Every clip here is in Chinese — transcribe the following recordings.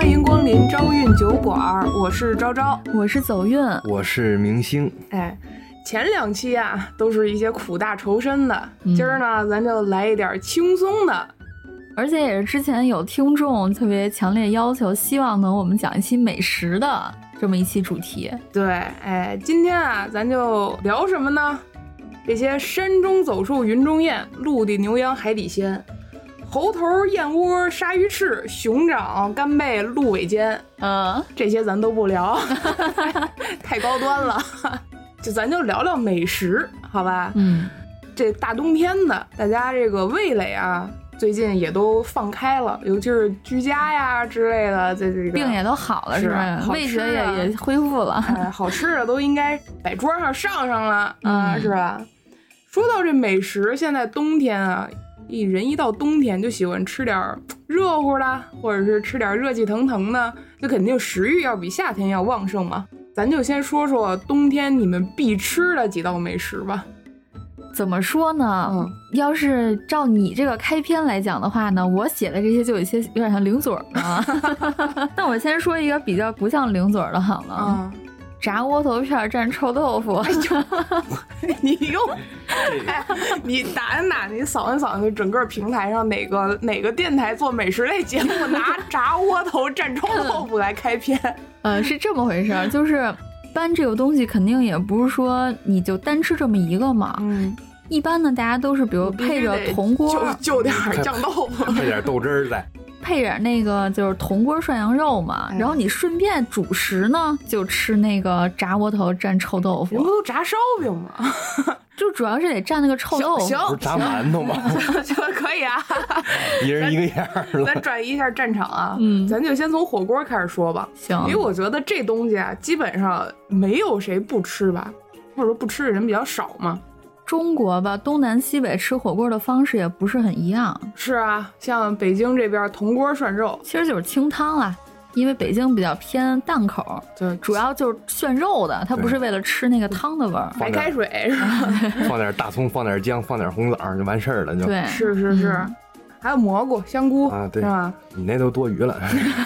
临朝韵酒馆儿，我是昭昭。我是走运，我是明星， 哎，前两期啊都是一些苦大仇深的，今儿呢咱就来一点轻松的。而且也是之前有听众特别强烈要求，希望能我们讲一期美食的这么一期主题。对，哎，今天啊咱就聊什么呢？这些山中走兽、云中雁、陆地牛羊、海底鲜、猴头、燕窝、鲨鱼翅、熊掌、干贝、鹿尾尖，嗯，这些咱都不 聊，太高端了。 就咱就聊聊美食，好吧？嗯，这大冬天的，大家这个味蕾啊，最近也都放开了，尤其是居家呀之类的，这这个病也都好了，是是不啊是？好味吃觉也、啊也恢复了。 哎，好吃的都应该摆桌上上上了，啊，嗯是吧？说到这美食，现在冬天啊，一人一到冬天就喜欢吃点儿热乎的，或者是吃点儿热气腾腾的，就肯定食欲要比夏天要旺盛嘛。咱就先说说冬天你们必吃的几道美食吧。怎么说呢？嗯要是照你这个开篇来讲的话呢，我写的这些就有一些有点像零嘴儿 了。那我先说一个比较不像零嘴儿的好了，啊，炸窝头片儿蘸臭豆腐。哎 你又哎，你打听打听，扫一扫一整个平台上哪个 哪个电台做美食类节目，拿炸窝头蘸臭豆腐来开篇。呃，是这么回事儿，就是搬这个东西肯定也不是说你就单吃这么一个嘛。嗯，一般呢，大家都是比如配着铜锅，就就点儿酱豆 腐。配点豆汁儿在，配点那个就是铜锅涮羊肉嘛，哎然后你顺便主食呢就吃那个炸窝头蘸臭豆人不腐，都炸烧饼 吗？就主要是得蘸那个臭豆腐。行不是炸馒头吗？ 行，可以 啊，一人一个样儿了咱。转移一下战场啊。嗯咱就先从火锅开始说吧，因为行，我觉得这东西啊，基本上没有谁不吃吧，或者说不吃的人比较少嘛。中国吧，东南西北吃火锅的方式也不是很一样，是啊，像北京这边铜锅涮肉，其实就是清汤啦。因为北京比较偏淡口，对，主要就是炫肉的，它不是为了吃那个汤的味儿。白开水是吧？放点大葱，放点姜，放点红枣儿就完事儿了，就。对，嗯是是是，还有蘑菇、香菇啊，是对吧？，你那都多余了。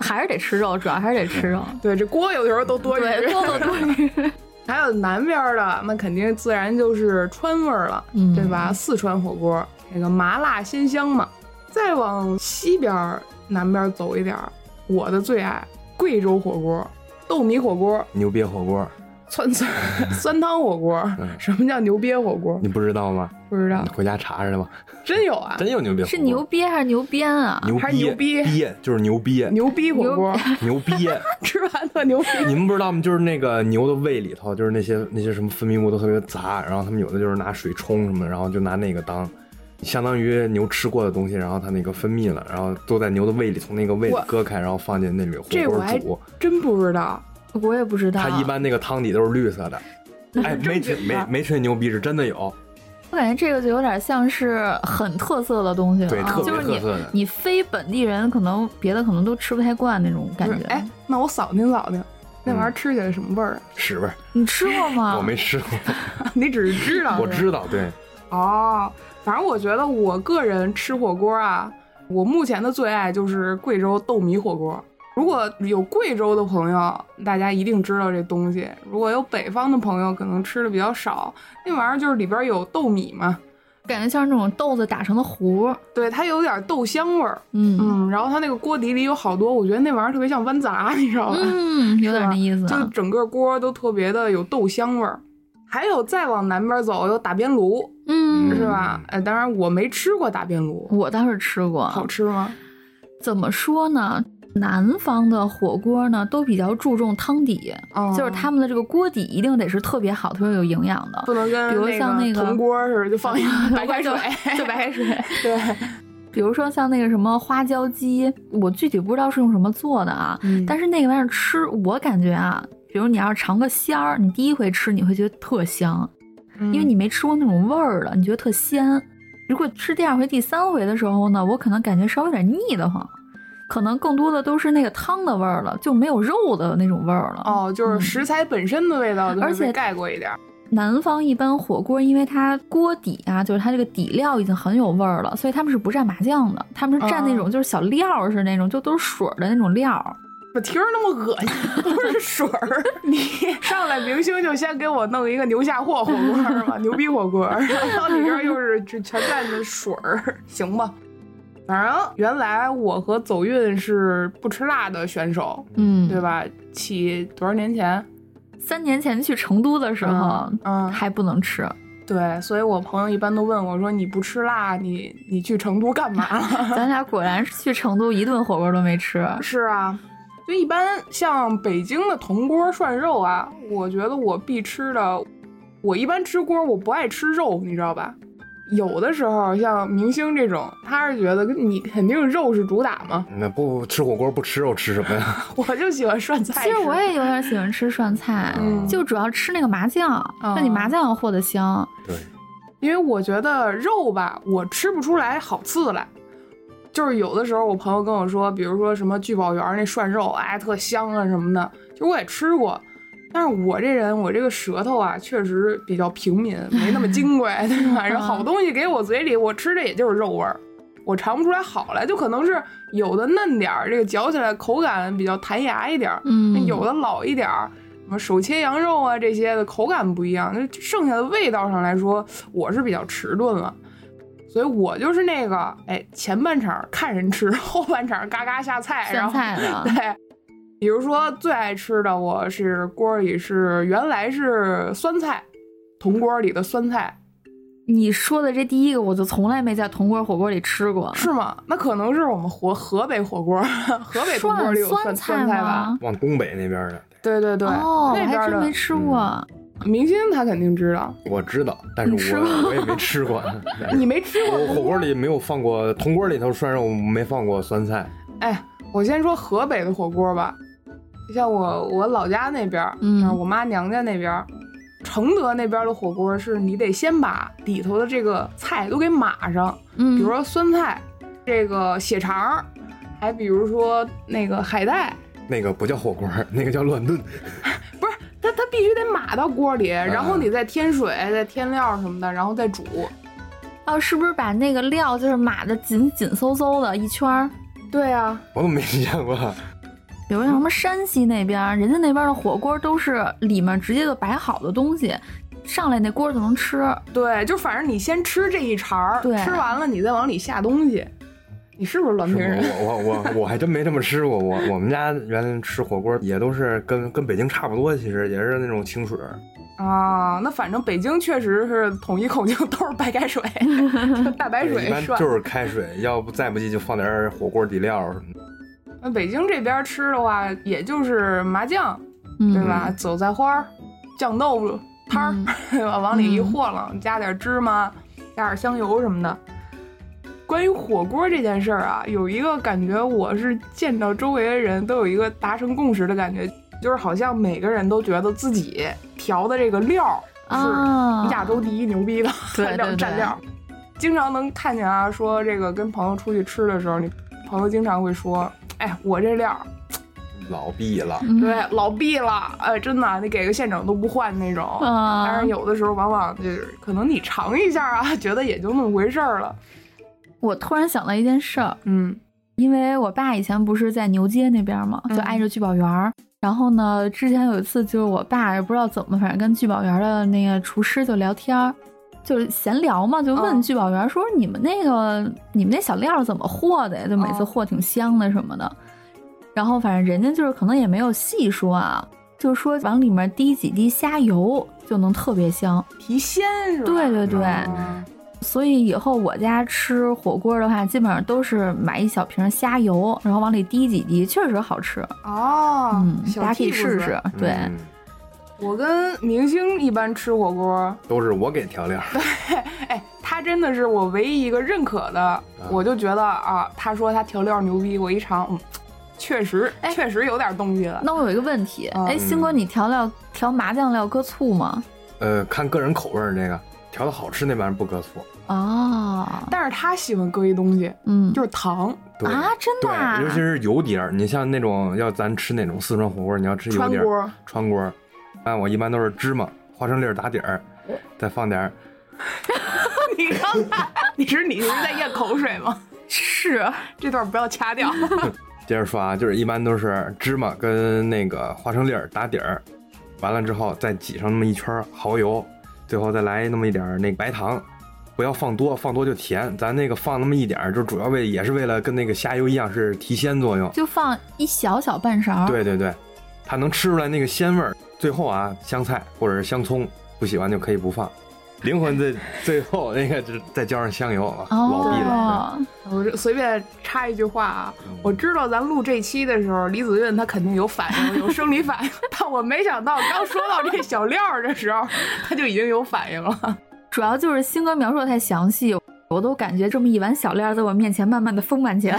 还是得吃肉，主要还是得吃肉。对，这锅有的时候都 多余。对，多做多余。 还有南边的，那肯定自然就是川味儿了，嗯对吧？四川火锅那个麻辣鲜香嘛。再往西边儿、南边儿走一点儿，我的最爱贵州火锅、豆米火锅、牛瘪火锅，酸酸 酸汤火锅。嗯 什么叫牛瘪火锅？你不知道吗？不知道你，回家查查去吧，真有啊！真有牛瘪火锅。是 牛瘪还是牛鞭啊？牛还是牛逼逼鳖就是牛逼牛逼火锅，牛逼。 吃完特牛逼。你们不知道吗？就是那个牛的胃里头，就是那些那些什么分泌物都特别杂，然后他们有的就是拿水冲什么的，然后就拿那个当，相当于牛吃过的东西，然后它那个分泌了，然后都在牛的胃里，从那个胃里我割开，然后放进那里火这我锅还煮。真不知道，我也不知道。啊它一般那个汤底都是绿色的。哎，没吹没没吹牛逼，是真的有。我感觉这个就有点像是很特色的东西了，对啊特别就是特色的你你非本地人，可能别的可能都吃不太惯那种感不是觉。嗯哎，那我扫听扫听，那玩意儿吃起来什么味儿啊？ 屎味儿，你吃过吗？ 我没吃过，你只是知 道，我知道。对，哦，反正我觉得我个人吃火锅啊，我目前的最爱就是贵州豆米火锅。如果有贵州的朋友，大家一定知道这东西；如果有北方的朋友，可能吃的比较少。那玩意儿就是里边有豆米嘛，感觉像是那种豆子打成的糊。对，它有点豆香味儿，嗯嗯，然后它那个锅底里有好多，我觉得那玩意儿特别像豌杂，你知道吧？嗯，有是点吧那意思就啊。整个锅都特别的有豆香味儿。还有再往南边走，有打边炉，嗯，是吧嗯？呃，当然我没吃过打边炉，我倒是吃过。好吃吗？怎么说呢？南方的火锅呢，都比较注重汤底，哦嗯就是他们的这个锅底一定得是特别好、特别有营养的。不能跟比如像那个铜锅似的，就放一 个白开水，就白开水。对，比如说像那个什么花椒鸡，我具体不知道是用什么做的啊，嗯但是那个玩意儿吃，我感觉啊，比如你要是尝个鲜儿，你第一回吃你会觉得特香，嗯因为你没吃过那种味儿了，你觉得特鲜。如果吃第二回、第三回的时候呢，我可能感觉稍微有点腻得慌，可能更多的都是那个汤的味儿了，就没有肉的那种味儿了。哦，就是嗯食材本身的味道，而且盖过一点儿，南方一般火锅，因为它锅底啊，就是它这个底料已经很有味儿了，所以他们是不蘸麻酱的，他们是蘸那种就是小料儿似的那种，就都是水儿的那种料儿。怎么听着那么恶心？ 都是水儿。你上来明星就先给我弄一个牛下货火锅是吧？牛逼火锅，然后到你这儿 又是这全蘸着水儿，行吧？反正原来我和走运是不吃辣的选手，嗯，对？吧？起多少年前？三年前去成都的时候嗯，还不能吃，对，所以我朋友一般都问我说：“你不吃辣，你你去成都干嘛了？”咱俩果然是去成都一顿火锅都没吃。是啊，就一般像北京的铜锅涮肉啊，我觉得我必吃的，我一般吃锅我不爱吃肉，你知道吧？有的时候像明星这种，他是觉得跟你肯定肉是主打嘛，那不吃火锅不吃肉吃什么呀？我就喜欢涮菜其吃。实我也有点喜欢吃涮菜，嗯就主要吃那个麻酱，嗯那你麻酱和的香。对，因为我觉得肉吧，我吃不出来好刺来。就是有的时候我朋友跟我说，比如说什么聚宝园那涮肉，哎，特香啊什么的，其实我也吃过。但是我这人，我这个舌头啊，确实比较平民，没那么精贵， 对吧？然后好东西给我嘴里，我吃的也就是肉味儿，我尝不出来好来，就可能是有的嫩点儿，这个嚼起来口感比较弹牙一点儿，那嗯，有的老一点儿，什么手切羊肉啊这些的口感不一样，那剩下的味道上来说，我是比较迟钝了。所以我就是那个，哎，前半场看人吃， 后半场嘎嘎下菜，然涮后菜啊的，对，比如说最爱吃的，我是锅里是原来是酸菜，铜锅里的酸菜你说的这第一个，我就从来没在铜锅火锅里吃过。是吗？那可能是我们河河北火锅，河北铜锅涮里有酸酸酸菜吧？吗？往东北那边的，对对对，哦，我那还边真没的吃过。明星他肯定知道，我知道，但是你吃我我也没 吃过。你没吃过我铜火锅里没有放过铜锅里头涮肉，没放过酸菜。哎，我先说河北的火锅吧，像我我老家那边儿，啊嗯然后我妈娘家那边儿，承德那边儿的火锅是你得先把里头的这个菜都给码上，嗯，比如说酸菜，这个血肠儿，还比如说那个海带，那个不叫火锅，那个叫乱炖。它它必须得码到锅里，嗯然后你再添水、再添料什么的，然后再煮。哦，是不是把那个料就是码的紧紧嗖嗖的一圈儿？对啊，我怎么没见过？比如像什么山西那边儿，人家那边的火锅都是里面直接就摆好的东西，上来那锅就能吃。对，就反正你先吃这一茬儿，对吃完了你再往里下东西。你是不是栾是平吗人？我我我我还真没这么吃过。我我们家原来吃火锅也都是跟跟北京差不多，其实也是那种清水。啊，那反正北京确实是统一口径都是白开水，就大白对一水般涮。就是开水，要不再不济就放点儿火锅底料什么的。那北京这边吃的话，也就是麻酱，嗯，对吧？韭菜花儿、酱豆腐摊儿，嗯对吧？ 往里一和楞，加点芝麻，加点香油什么的。关于火锅这件事儿啊，有一个感觉，我是见到周围的人都有一个达成共识的感觉，就是好像每个人都觉得自己调的这个料儿是啊，亚洲第一牛逼的蘸 对料对蘸对料，经常能看见啊，说这个跟朋友出去吃的时候，你朋友经常会说，哎，我这料儿老毕了，嗯对老毕了，哎，真的，你给个县长都不换那种。啊，但是有的时候往往就是可能你尝一下啊，觉得也就那么回事儿了。我突然想到一件事儿，嗯因为我爸以前不是在牛街那边嘛，嗯就挨着聚宝园儿。然后呢，之前有一次就是我爸也不知道怎么，反正跟聚宝园儿的那个厨师就聊天儿，就是闲聊嘛，就问嗯聚宝园儿说：“你们那个、你们那小料儿怎么和的呀？就每次哦和挺香的什么的。然后反正人家就是可能也没有细说啊，就说往里面滴几滴虾油就能特别香。提鲜是吧？对对对。嗯所以以后我家吃火锅的话，基本上都是买一小瓶虾油，然后往里滴几滴，确实好吃。哦嗯，，小大家可以屁股试子试。。对，嗯我跟明星一般吃火锅，都是我给调料。哎，他真的是我唯一一个认可的，我就觉得啊，他说他调料牛逼，我一尝，嗯，确实，哎确实有点东西了。那我有一个问题，嗯哎，星哥，你调料调麻酱料搁醋吗？呃，看个人口味儿，这个调的好吃那玩意儿不搁醋。哦，但是他喜欢搁一东西，嗯，就是糖，对啊，真的啊对，尤其是油碟儿，你像那种要咱吃那种四川火锅，你要吃油川碟儿，锅。川锅儿，啊，我一般都是芝麻、花生粒儿打底儿，嗯再放点儿 你 刚才，你是你是在咽口水吗？啊是这段不要掐掉。接着说啊，就是一般都是芝麻跟那个花生粒儿打底儿，完了之后再挤上那么一圈儿蚝油，最后再来那么一点儿那个白糖，不要放多，放多就甜。咱那个放那么一点儿，就主要为也是为了跟那个虾油一样是提鲜作用。就放一小小半勺。，对对对，它能吃出来那个鲜味儿。最后啊，香菜或者是香葱，不喜欢就可以不放。灵魂最最后那个就是再浇上香油啊，老毕了。哦，我这随便插一句话啊，我知道咱录这期的时候，李子韵她肯定有反应，有生理反应， 但我没想到刚说到这小料儿的时候，她就已经有反应了。 主要就是新哥描述的太详细，我都感觉这么一碗小料在我面前慢慢的丰满起来。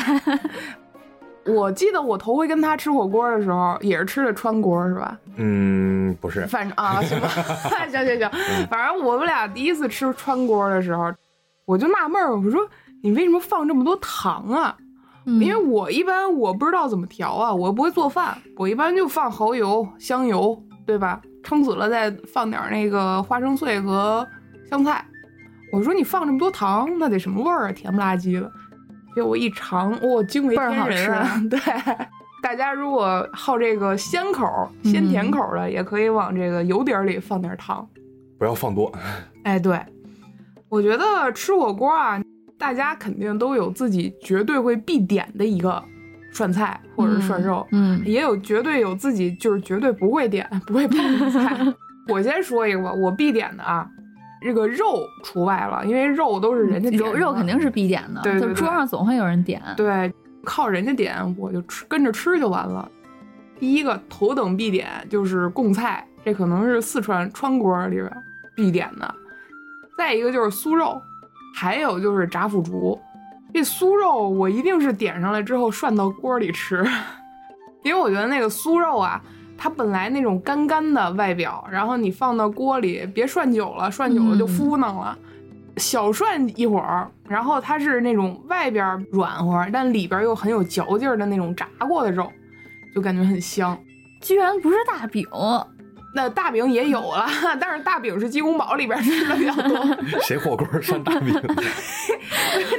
我记得我头回跟她吃火锅的时候，也是吃的川锅是吧？嗯，不是，反正啊，行吧，行行行，反正我们俩第一次吃川锅的时候，我就纳闷儿，我说你为什么放这么多糖啊？嗯因为我一般我不知道怎么调啊，我不会做饭，我一般就放蚝油、香油，对吧？撑死了再放点儿那个花生碎和香菜。我说你放这么多糖，那得什么味儿啊？甜不拉几的。结果一尝，哇、惊为倍儿好天人 啊！对，大家如果好这个鲜口儿、鲜嗯甜口儿的，也可以往这个油底儿里放点儿糖。不要放多。哎，对，我觉得吃火锅啊，大家肯定都有自己绝对会必点的一个涮菜或者是涮肉，嗯，也有绝对有自己就是绝对不会点、 不会碰的菜。我先说一个吧，我必点的啊，这个肉除外了，因为肉都是人家点嗯肉的肉肯定是必点的，对对对就是桌上总会有人点。对，靠人家点我就吃跟着吃就完了。第一个头等必点就是贡菜，这可能是四川川锅里边必点的。再一个就是酥肉，还有就是炸腐竹。这酥肉我一定是点上来之后涮到锅里吃， 因为我觉得那个酥肉啊，它本来那种干干的外表，然后你放到锅里，别涮久了，涮久了就嗯敷弄了。小涮一会儿，然后它是那种外边软和，但里边又很有嚼劲儿的那种炸过的肉，就感觉很香。居然不是大饼，那大饼也有了， 但是大饼是鸡公煲里边吃的比较多。谁火锅涮大饼？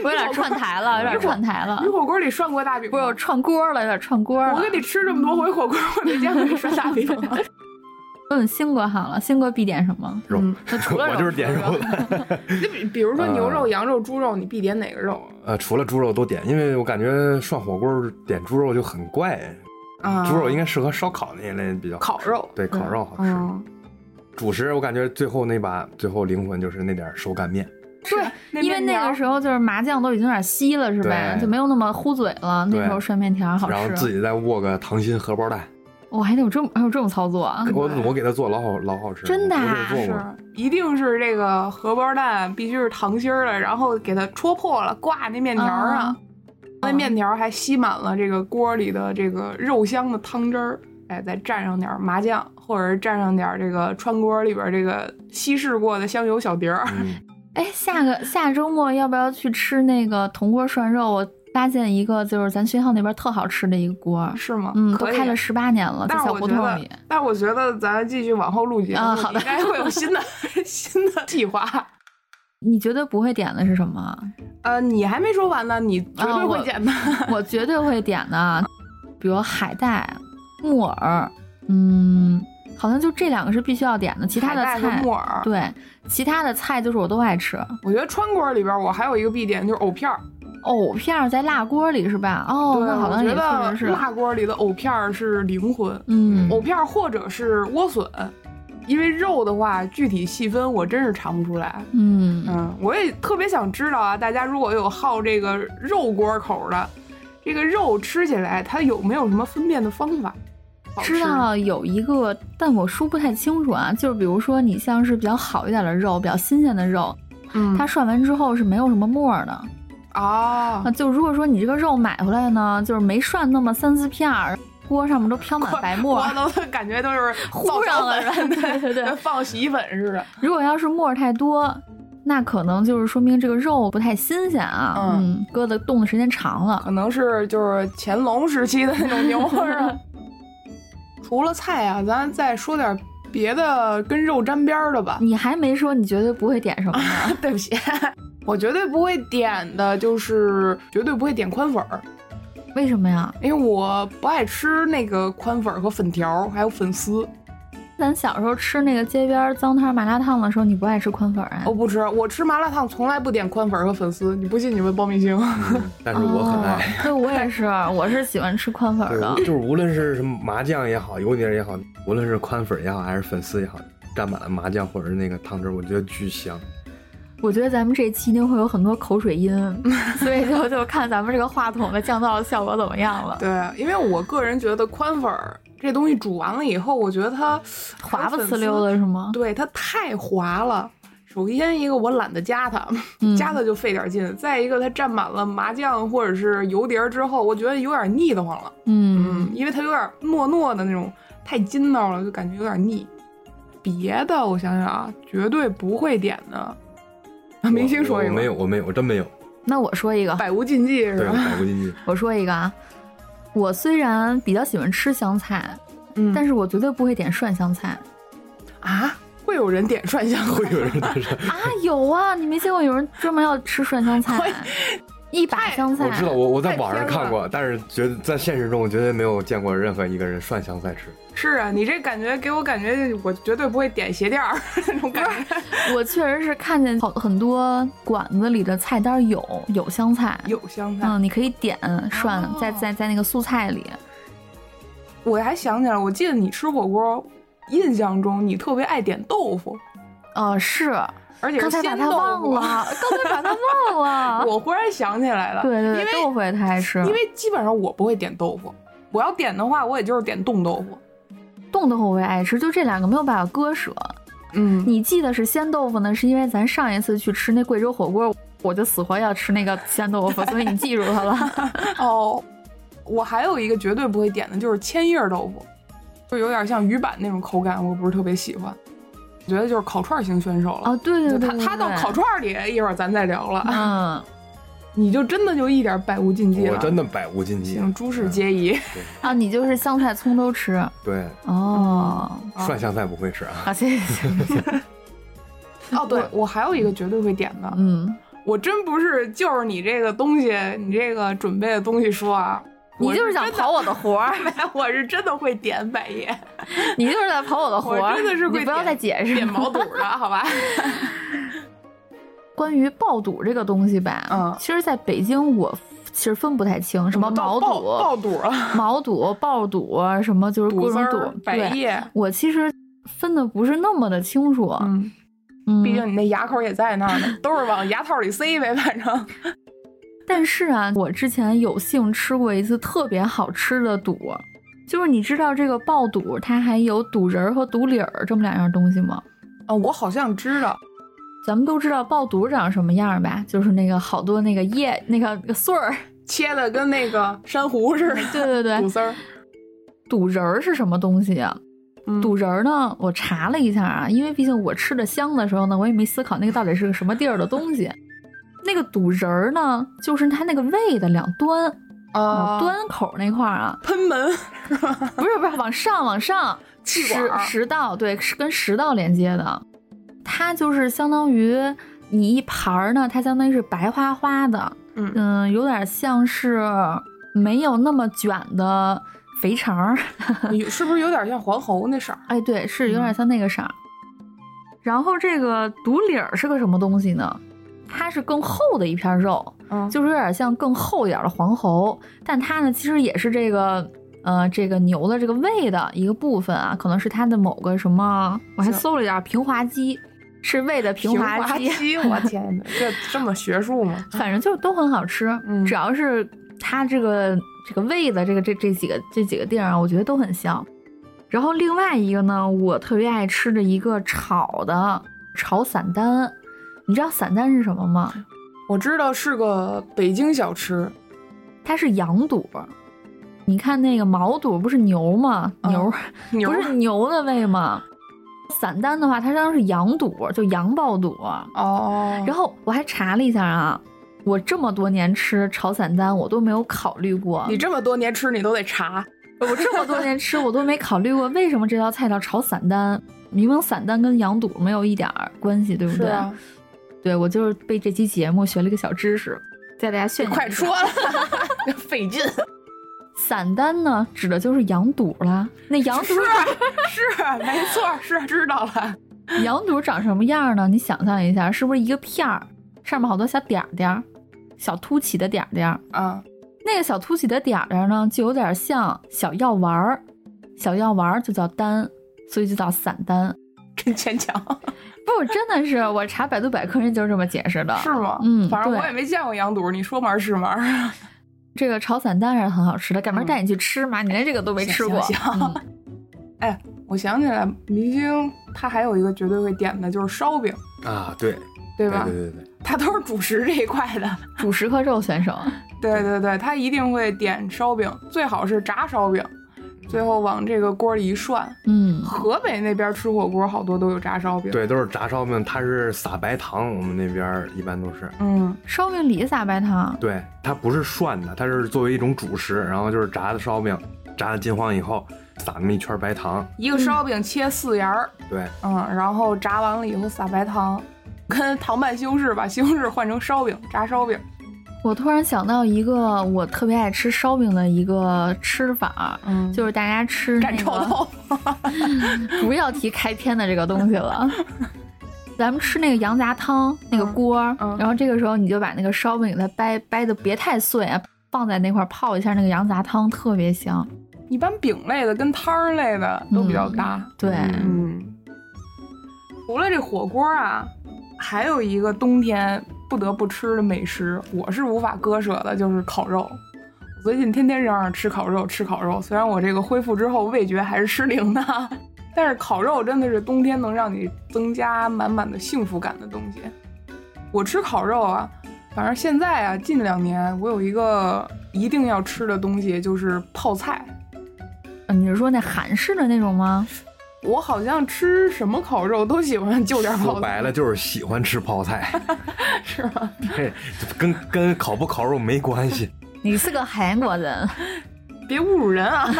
我 有点串台了，有点串台了你，火锅里涮过大饼不是我吗？串锅了，有点串锅了。我跟你吃这么多回火锅，我没见过你涮 大饼。啊问问嗯新哥好了，新哥必点什么？ 肉，嗯那除了 我就是点除了肉的。那比比如说牛肉、嗯羊肉、猪肉，你必点哪个肉啊呃，除了猪肉都点，因为我感觉涮火锅点猪肉就很怪。啊？猪肉应该适合烧烤那一类比较好烤吃肉，对，烤肉好吃。嗯，主食我感觉最后那把最后灵魂就是那点儿手擀面，对，因为那个时候候就是麻酱都已经有点稀了，是吧？对就没有那么糊嘴了。那对时候涮面条好然后自吃，己再握个溏心荷包蛋，我还得有这么还有这种操作啊！我嗯我给他做老好老好吃了，真的啊我给他做过。是一定是这个荷包蛋必须是糖心儿的，然后给它戳破了，挂那面条儿上，那面条儿还吸满了这个锅里的这个肉香的汤汁儿。哎，再蘸上点儿麻酱，或者是蘸上点儿这个川锅里边儿这个稀释过的香油小碟儿。 嗯，哎，下个下周末要不要去吃那个铜锅涮肉？我发现一个就是咱学校那边特好吃的一个锅儿，是吗？嗯，都可以啊开了十八年了，在但是小我胡觉同得里。，但我觉得咱继续往后录节目，啊好的应该会有新 的新的计划。你绝对不会点的是什 么？呃，你还没说完呢，你绝对会简单。啊我绝对会点的，比如海带、木耳，嗯，好像就这两个是必须要点的， 其他的海带和菜木耳，对，其他的菜就是我都爱吃。我觉得川锅里边我还有一个必点就是藕片儿。藕片儿在辣锅里是吧？哦，对，那好我像也觉确得实是。辣锅里的藕片儿是灵魂，嗯，藕片儿或者是莴笋，因为肉的话具体细分我真是尝不出来。嗯，嗯，我也特别想知道啊，大家如果有好这个肉锅口的，这个肉吃起来它有没有什么分辨的方法？好吃知道有一个，但我说不太清楚啊。就是比如说，你像是比较好一点的肉，比较新鲜的肉，嗯它涮完之后是没有什么沫儿的。啊啊，，就如果说你这个肉买回来呢，就是没涮那么三四片儿，锅上面都飘 满白沫我儿。都感觉都 是糊上了造小粉是吧对对对放洗衣粉似的。如果要是沫儿太多，那可能就是说明这个肉不太新鲜啊。嗯嗯，搁的冻的时间长了。可能是就是乾隆时期的那种啊牛肉。 除了菜啊，咱再说点别的跟肉沾边儿的吧。你还没说你绝对不会点什么 呢？嗯对不起，我绝对不会点的，就是绝对不会点宽粉儿。为什么呀？因为我不爱吃那个宽粉儿和粉条，还有粉丝。咱小时候吃那个街边脏摊麻辣烫的时候，你不爱吃宽粉啊？哦哦我不吃，我吃麻辣烫从来不点宽粉儿和粉丝。你不信？你问苞米星。 嗯但是我很爱。哦对，我也是，我是喜欢吃宽粉哦对，的我。就是无论是什么麻酱也好，油碟也好，无论是宽粉也好，还是粉丝也好，蘸满了麻酱或者是那个汤汁儿，我觉得巨香。我觉得咱们这期一定会有很多口水 音，所以就就看咱们这个话筒的降噪效果怎么样了，对，因为我个人觉得宽粉儿这东西煮完了以后，我觉得它滑不呲呲溜的是吗？对它太滑了。首先一个我懒得夹它，嗯夹它就费点劲；再一个它蘸满了麻酱或者是油碟儿之后，我觉得有点腻得慌了。嗯，嗯，因为它有点糯糯的那种，太筋道了，就感觉有点腻。别的我想想啊，绝对不会点的。啊， 明星说一个我我没有，我没有，我真 没有。那我说一个，百无禁忌对，是吧？百无禁忌。我说一个啊。我虽然比较喜欢吃香菜，嗯，但是我绝对不会点涮香菜啊，会有人点涮香会有人就是嗯啊。有啊，你没见过有人专门要吃涮香菜会，一把香菜我知道，我我在网上太偏了看过，但是觉得在现实中，我绝对没有见过任何一个人涮香菜吃。 是啊，你这感觉给我感觉，我绝对不会点鞋垫儿 那种感 觉。我确实是看见好很多馆子里的菜单有有香菜，有香菜，嗯，你可以点涮哦在在在那个素菜里。我还想起来，我记得你吃火锅，印象中你特别爱点豆腐，呃，是，而且是刚才把鲜它豆忘腐。了，刚才把它忘了。 我忽然想起来了，对对因为对，豆腐也太爱吃，因为基本上我不会点豆腐，我要点的话，我也就是点冻豆腐。冻豆腐我也爱吃，就这两个没有办法割舍。嗯，你记得是鲜豆腐呢，是因为咱上一次去吃那贵州火锅，我就死活要吃那个鲜豆 腐，所以你记住它了。哦，我还有一个绝对不会点的就是千叶豆腐，就有点像鱼板那种口感，我不是特别喜欢。我觉得就是烤串儿型选手了。哦，对对就对他对他到对烤串儿里，一会儿咱再聊了。嗯你就真的就一点百无禁忌了，我真的百无禁忌。行，诸事皆宜。啊，你就是香菜葱都吃对，哦。啊涮香菜不会吃啊。好，谢谢谢谢谢谢。哦，对，我还有一个绝对会点的，嗯，我真不是就是你这个东西，你这个准备的东西说啊， 你就是想跑我的活 儿，我是真的，我是真的会点百叶，你就是在跑我的活儿，我真的是会你不要点再解释点毛肚的，好 吧？关于爆肚这个东西吧，嗯其实在北京我其实分不太清什么毛爆爆肚、爆肚啊， 毛肚、爆肚啊什么，就是各肚丝种儿肚。、百对，叶，啊我其实分的不是那么的清楚，嗯，嗯，毕竟你那牙口也在那儿 呢，都是往牙套里塞呗，反正。但是啊，我之前有幸吃过一次特别好吃的肚，就是你知道这个爆肚它还有肚仁儿和肚里儿这么两样东西吗？啊，我好像知道，咱们都知道爆肚长什么样儿吧，就是那个好多那个叶那个那个穗儿，切的跟那个珊瑚似 的，对对对肚，丝儿，肚仁儿是什么东西啊？嗯肚仁儿呢，我查了一下啊，因为毕竟我吃的香的时候呢，我也没思考那个到底是个什么地儿的东西。那个肚仁儿呢，就是它那个胃的两端，啊往，嗯端口那块儿啊，喷门，不是不是往上往上，气食管儿食道对，是跟食道连接的。它就是相当于你一盘儿呢，它相当于是白花花的，嗯嗯，有点像是没有那么卷的肥肠儿。有是不是有点像黄喉那 色儿？哎，对，是有点嗯像那个色儿。然后这个肚里儿是个什么东西呢？它是更厚的一片肉，嗯就是有点像更厚一点的黄喉，但它呢其实也是这个呃这个牛的这个胃的一个部分啊，可能是它的某个什么，我还行搜了一下平滑肌，是胃的平滑肌，肌，我天哪， 这这么学术吗？反正就是都很好吃，嗯只要是它这个这个胃的这个这这几个这几个地儿啊，我觉得都很香。然后另外一个呢，我特别爱吃的一个炒的炒散丹，你知道散丹是什么吗？我知道是个北京小吃，它是羊肚儿。你看那个毛肚不是牛吗？嗯牛、牛不是牛的胃吗？散丹的话，它当然是羊肚儿，就羊爆肚儿。哦，然后我还查了一下啊，我这么多年吃炒散丹，我都没有考虑过。你这么多年吃，你都得查， 我这么多年吃，我都没考虑过为什么这道菜叫炒散丹。明明散丹跟羊肚没有一点儿关系，对不是对？啊，对我就是被这期节目学了一个小知识，带大家炫耀一下。快说了，费劲。散丹呢，指的就是羊肚啦。那羊肚啊是没错，是知道了。羊肚长什么样呢？你想象一下，是不是一个片儿，上面好多小点儿点儿，小凸起的点儿点儿？啊，那个小凸起的点儿点儿呢，就有点像小药丸儿，小药丸儿就叫丹，所以就叫散丹。真牵强，不，真的是我查百度百科，人就是这么解释的。是吗？嗯反正对我也没见过羊肚，你说门儿是门儿。这个炒散丹还是很好吃的，赶明儿嗯带你去吃嘛，你连这个都没行吃行过。行嗯我想起来，明星他还有一个绝对会点的就是烧饼，啊，对，对对吧？对对对，他都是主食这一块的。主食和肉 选手，对对对，他一定会点烧饼，最好是炸烧饼，最后往这个锅里一涮。嗯，河北那边吃火锅好多都有炸烧饼。，对都是炸烧饼，它是撒白糖，我们那边儿一般都是。嗯，烧饼里撒白糖，对，它不是涮的，它是作为一种主食，然后就是炸的烧饼，炸的金黄以后撒那么一圈白糖。嗯一个烧饼切四沿儿，对，嗯，然后炸完了以后撒白糖，跟糖拌西红柿把西红柿换成烧饼，炸烧饼。我突然想到一个我特别爱吃烧饼的一个吃法，嗯就是大家吃蘸那臭个，豆腐。 不要提开天的这个东西 了。咱们吃那个羊杂汤那个锅儿，嗯嗯然后这个时候你就把那个烧饼给它掰掰的别太碎啊，放在那块儿泡一下那个羊杂汤，特别香。 一般饼类的跟汤儿类的都比较搭。对，嗯嗯，除了这火锅啊，还有一个冬天不得不吃的美食，我是无法割舍的，就是烤肉。我最近天天嚷嚷吃烤肉，吃烤肉。虽然我这个恢复之后味觉还是失灵的， 但是烤肉真的是冬天能让你增加满满的幸福感的东西。我吃烤肉啊，反正现在啊，近两年我有一个一定要吃的东西，就是泡菜。呃你是说那韩式的那种吗？我好像吃什么烤肉都喜欢就点泡说菜，白了就是喜欢吃泡菜， 是吧？这跟跟烤不烤肉没关系。你是个韩国人，别侮辱人啊！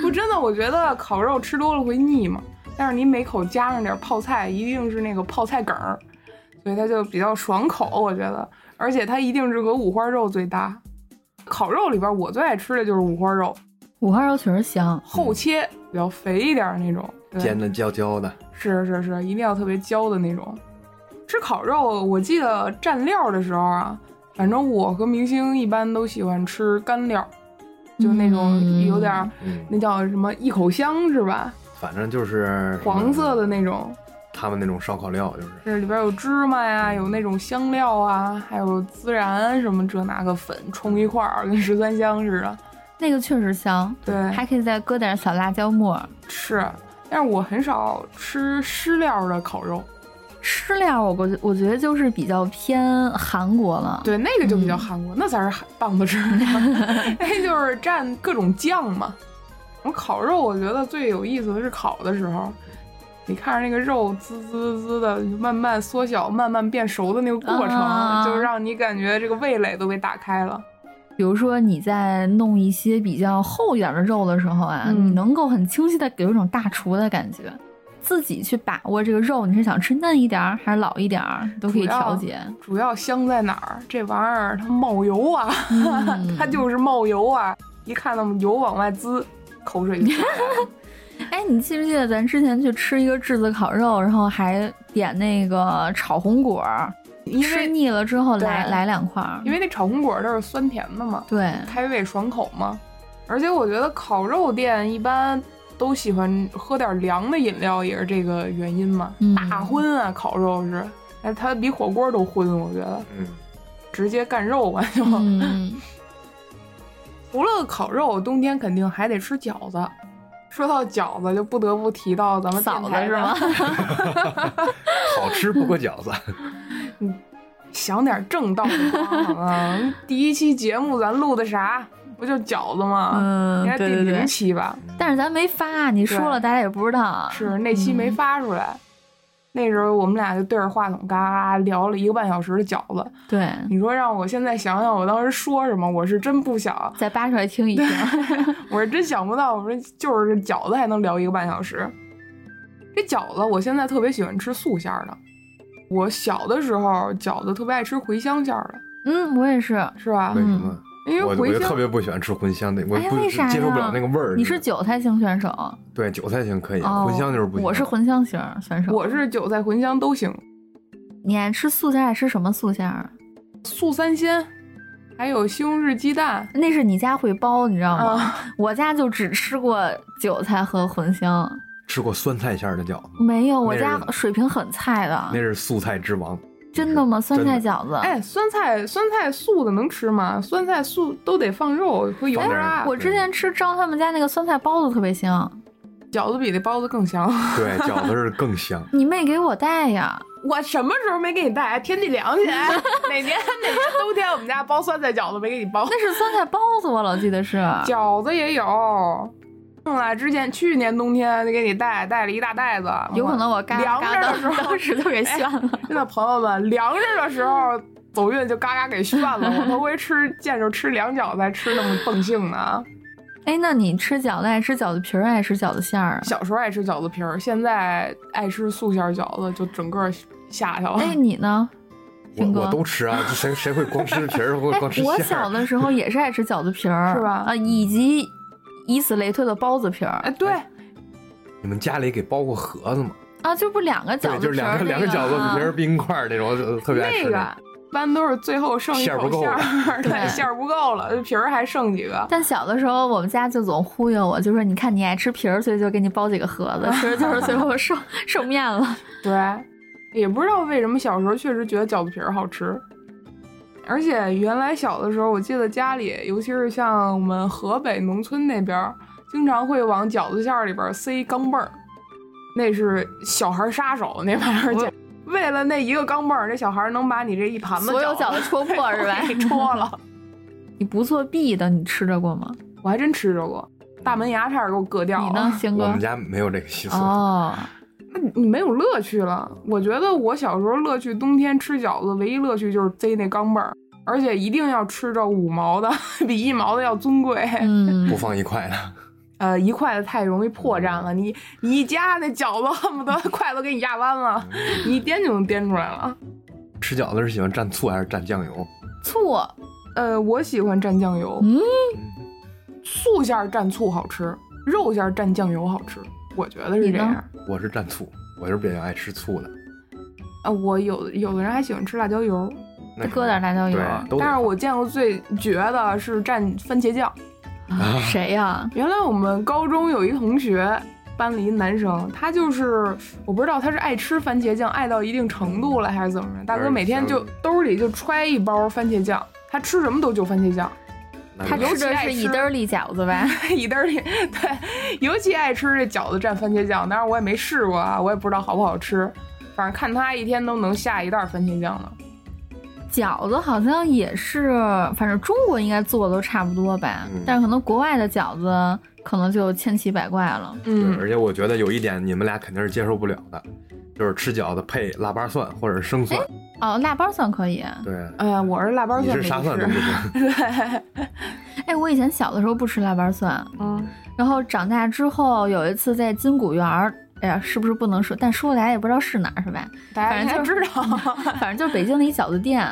不，真的，我觉得烤肉吃多了会腻嘛，但是你每口加上点泡菜，一定是那个泡菜梗儿，所以它就比较爽口，我觉得，而且它一定是和五花肉最搭。烤肉里边我最爱吃的就是五花肉，五花肉确实香。厚切，比较肥一点儿那种，对煎的焦焦的，是是是，一定要特别焦的那种。吃烤肉，我记得蘸料的时候啊，反正我和明星一般都喜欢吃干料，就那种嗯有点儿嗯，那叫什么一口香是吧？反正就是黄色的那种，他们那种烧烤料，就是这里边有芝麻呀，有那种香料啊，还有孜然什么这那个粉冲一块儿，跟十三香似的。那个确实香，对，还可以再搁点小辣椒末儿。是，但是我很少吃湿料的烤肉，吃料我估计我觉得就是比较偏韩国了。对，那个就比较嗯韩国，那才是韩棒子吃的， 那就是蘸各种酱嘛。我烤肉，我觉得最有意思的是烤的时候，你看着那个肉滋滋滋的慢慢缩小、慢慢变熟的那个过程，啊就让你感觉这个味蕾都被打开了。比如说你在弄一些比较厚一点的肉的时候啊，嗯你能够很清晰的有一种大厨的感觉，自己去把握这个肉，你是想吃嫩一点儿还是老一点儿，都可以主要调 节。主要香在哪儿？这玩意儿它冒油啊，嗯它就是冒油啊，一看那么油往外滋，口水就出来 了。哎，你记不记得咱之前去吃一个炙子烤肉，然后还点那个炒红果儿，因吃为腻了之后对来来两块儿。因为那炒红果儿它是酸甜的嘛，对，开胃爽口嘛。而且我觉得烤肉店一般都喜欢喝点凉的饮料，也是这个原因嘛。嗯大荤啊，烤肉是，哎，它比火锅都荤，我觉得 嗯，直接干肉吧就。 嗯，除了烤肉，冬天肯定还得吃饺子。说到饺子，就不得不提到咱们电嫂子台是吗？ 上？好吃不过饺子。想点正道的话啊！第一期节目咱录的啥？不就饺子吗？啊嗯应该，第对对对零。期吧？但是咱没发，你说了大家也不知道。嗯是那期没发出来。那时候我们俩就对着话筒嘎嘎聊了一个半小时的饺子。对，你说让我现在想想我当时说什么，我是真不想，再扒出来听一听。我是真想不到，我说就是饺子还能聊一个半小时。这饺子我现在特别喜欢吃素馅儿的。我小的时候饺子特别爱吃茴香馅儿的， 嗯，我也是。是吧为？什么？因为我我茴就香特别不喜欢吃茴香那，我哎呀不为啥呀接受不了那个味儿。你是韭韭菜型选手，对韭菜型可以，哦茴香就是不行。我是茴香型选手。我是韭菜茴香都行，你爱吃素菜，爱吃什么素菜啊？素三鲜，还有西红柿鸡蛋那是你家会包，你知道吗？啊，我家就只吃过韭菜和茴香，吃过酸菜馅儿的饺子吗，没有。我那家是水平很菜那的，是素菜之王。真的吗？酸真的菜饺子？哎，酸菜酸菜素的能吃吗？酸菜素都得放肉和油放点渣，我之前吃张他们家那个酸菜包子特别香，。饺子比那包子更香。 对，饺子是更香你妹给我带呀！我什么时候没给你带？天地良心， 哪年哪年冬天我们家包酸菜饺子没给你包。那是酸菜包子，我老记得是。饺子也有，弄来之前去年冬天就给你带带了一大袋子，有可能我嘎凉嘎着的时当候 当时就哎给炫了。真的朋友们，凉着的时候走运就嘎嘎给炫了。我头回吃见着吃凉饺子还吃那么 蹦性呢啊！ 哎，那你吃饺子爱吃饺子皮儿，爱吃饺子馅儿啊？小时候爱吃饺子皮儿，现在爱吃素馅儿饺子，就整个吓下了。啊哎，你呢？我军哥我都吃啊，这谁谁会光吃皮儿，或者哎光吃，我馅小儿？的时候也是爱吃饺子皮儿，是吧啊，以及以此类推的包子皮 哎，儿对，你们家里给包过盒子吗？啊，这不两个饺对，子就皮是儿那两个个两个饺子皮儿啊。冰块儿那种，呃特别爱那吃个那个。一般都是最后剩一馅儿不口够馅儿，对对，馅儿不够了，皮儿还剩几个。但小的时候，我们家就总忽悠我，就说你看你爱吃皮儿，所以就给你包几个盒子，其实就是最后剩剩面了。对，也不知道为什么小时候确实觉得饺子皮儿好吃，而且原来小的时候，我记得家里，尤其是像我们河北农村那边儿，经常会往饺子馅儿里边儿塞钢镚儿，那是小孩儿杀手那玩意儿叫。为了那一个钢镚儿，那小孩儿能把你这一盘子？所有饺子戳破是吧给戳了，你不作弊的，你吃着过吗？我还真吃着过，大门牙差点给我硌掉了。你呢，仙我哥们？家没有这个习俗。哦，那你你没有乐趣了。嗯我觉得我小时候乐趣，冬天吃饺子唯一乐趣就是贼那钢镚儿，而且一定要吃着五毛的， 比一毛的要尊贵。嗯不，放一块的，呃，一块的太容易破绽嗯了，你你一夹那饺子 恨不得筷子给你压弯了，嗯你一颠就能颠出来了。吃饺子是喜欢蘸醋还是蘸酱油？醋，呃，我喜欢蘸酱油，嗯，素馅儿蘸醋好吃，肉馅儿蘸酱油好吃，我觉得是你这呢样。我是蘸醋，我是比较爱吃醋的。啊，我有有的人还喜欢吃辣椒油，那搁点辣椒油啊对，都得但是放我见过最绝的是蘸番茄酱。啊谁呀？原来我们高中有一同学，班里一男生，他就是我不知道他是爱吃番茄酱爱到一定程度了还是怎么着，大哥每天就嗯兜里就揣一包番茄酱，他吃什么都就番茄酱， 那他就吃的是一兜儿粒饺子吧？ 一兜里对，尤其爱吃这饺子蘸番茄酱，当然我也没试过啊，我也不知道好不好吃，反正看他一天都能下一袋番茄酱呢。饺子好像也是，反正中国应该做的都差不多吧，嗯但是可能国外的饺子可能就千奇百怪了。对，嗯，而且我觉得有一点你们俩肯定是接受不了的，就是吃饺子配腊八蒜或者是生蒜。哦，腊八蒜可以。对，哎呀，我是腊八你蒜是啥蒜都都不 不吃，行。哎，我以前小的时候不吃腊八蒜，嗯，然后长大之后有一次在金谷园儿，哎呀，是不是不能说？但说出来也不知道是哪儿，是吧？大家应该反正就哎知道， 反正就是北京的一饺子店，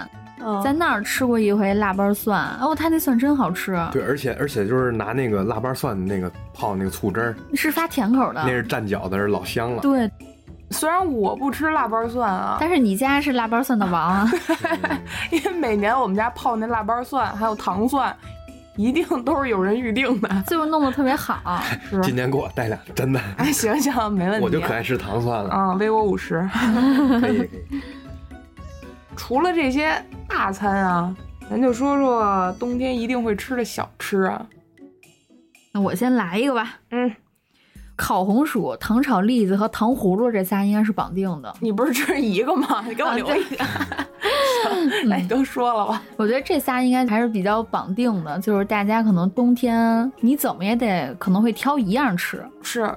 嗯在那儿吃过一回腊八蒜。哦，他那蒜真好吃，对，而且而且就是拿那个腊八蒜那个泡那个醋汁儿，是发甜口啊的那。是蘸饺子是老香了。对， 虽然我不吃腊八蒜啊，但是你家是腊八蒜的王 啊！嗯因为每年我们家泡那腊八蒜还有糖蒜，一定都是有人预定的，最后弄得特别好，是吧今？年给我带俩，真的，哎，行行，没问题。我就可爱吃糖蒜了。嗯，微我五十。 哦可以可以，除了这些大餐啊，咱就说说冬天一定会吃的小吃啊。那我先来一个吧。嗯，烤红薯、糖炒栗子和糖葫芦这仨应该是绑定的。你不是吃一个吗？你给我留一个。 行，那你都说了吧。我觉得这仨应该还是比较绑定的，就是大家可能冬天你怎么也得可能会挑一样吃。是，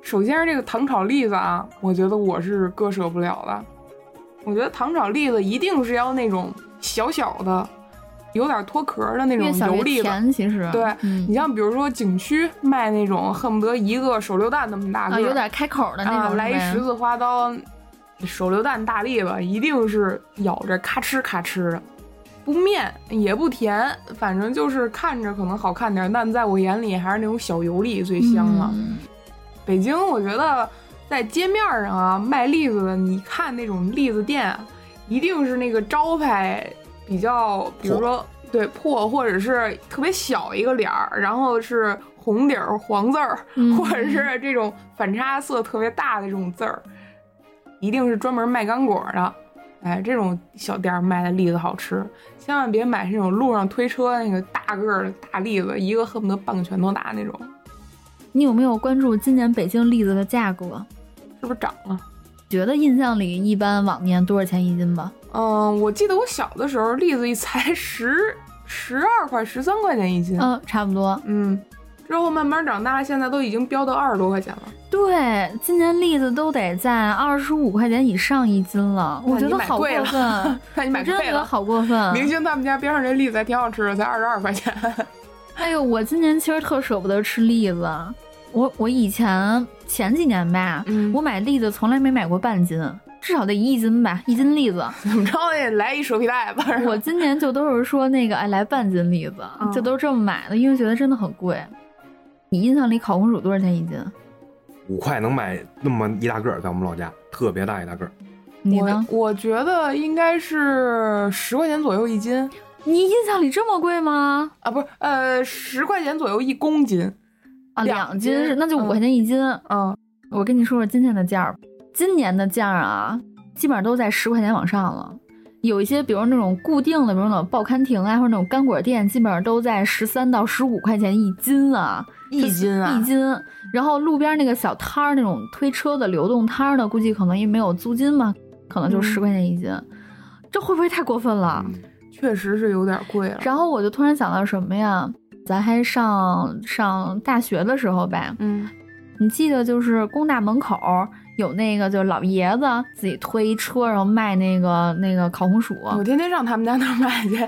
首先是这个糖炒栗子啊，我觉得我是割舍不了的。我觉得糖炒栗子一定是要那种小小的，有点脱壳的那种越小油越栗子。甜，其实对嗯你，像比如说景区卖那种恨不得一个手榴弹那么大个啊，儿，有点开口的那啊种，来一是十吧字花刀，手榴弹大力吧，一定是咬着咔哧咔哧的。不面也不甜，反正就是看着可能好看点，但在我眼里还是那种小油栗最香了。嗯北京我觉得在街面上啊卖栗子的，你看那种栗子店，一定是那个招牌比较，比如说对破，或者是特别小一个脸儿，然后是红底儿黄字儿，嗯或者是这种反差色特别大的这种字儿，一定是专门卖干果的。哎，这种小店儿卖的栗子好吃，千万别买这种路上推车那个大个儿的大栗子，一个恨不得半个拳头大那种，你有没有关注今年北京栗子的价格？是不是涨了？觉得印象里一般往年多少钱一斤吧？嗯，我记得我小的时候，栗子一才 十十二块、十三块钱一斤。嗯，差不多。嗯，之后慢慢长大，现在都已经飙到二十多块钱了。对，今年栗子都得在二十五块钱以上一斤了，我那觉你得买好过贵了分，看你 我买真的贵觉得了。好过分。明星他们家边上这栗子还挺好吃的，才二十二块钱。 哎呦，我今年其实特舍不得吃栗子。我我以前前几年吧，嗯我买栗子从来没买过半斤，至少得一斤吧，一斤栗子。怎么着也来一蛇皮袋吧。 我今年就都是说那个哎来半斤栗子，嗯就都这么买的，因为觉得真的很贵。你印象里烤红薯多少钱一斤？五块能买那么一大个儿，在我们老家特别大一大个儿。你我呢？我觉得应该是十块钱左右一斤你印象里这么贵吗？啊，不是，呃，十块钱左右一公斤。啊，两两斤斤是那就五嗯块钱一斤。嗯，我跟你说说今天的价儿吧，今年的价儿啊，基本上都在十块钱往上了。有一些，比如那种固定的，比如那种报刊亭啊，或者那种干果店，基本上都在十三到十五块钱一斤啊，一斤啊一斤。然后路边那个小摊儿，那种推车的流动摊儿的，估计可能也没有租金嘛，可能就嗯十块钱一斤。这会不会太过分啊了？嗯确实是有点贵了。然后我就突然想到什么呀？咱还上上大学的时候呗，嗯你记得就是工大门口儿有那个就是老爷子自己推一车，然后卖那个那个烤红薯，我天天上他们家那儿买去，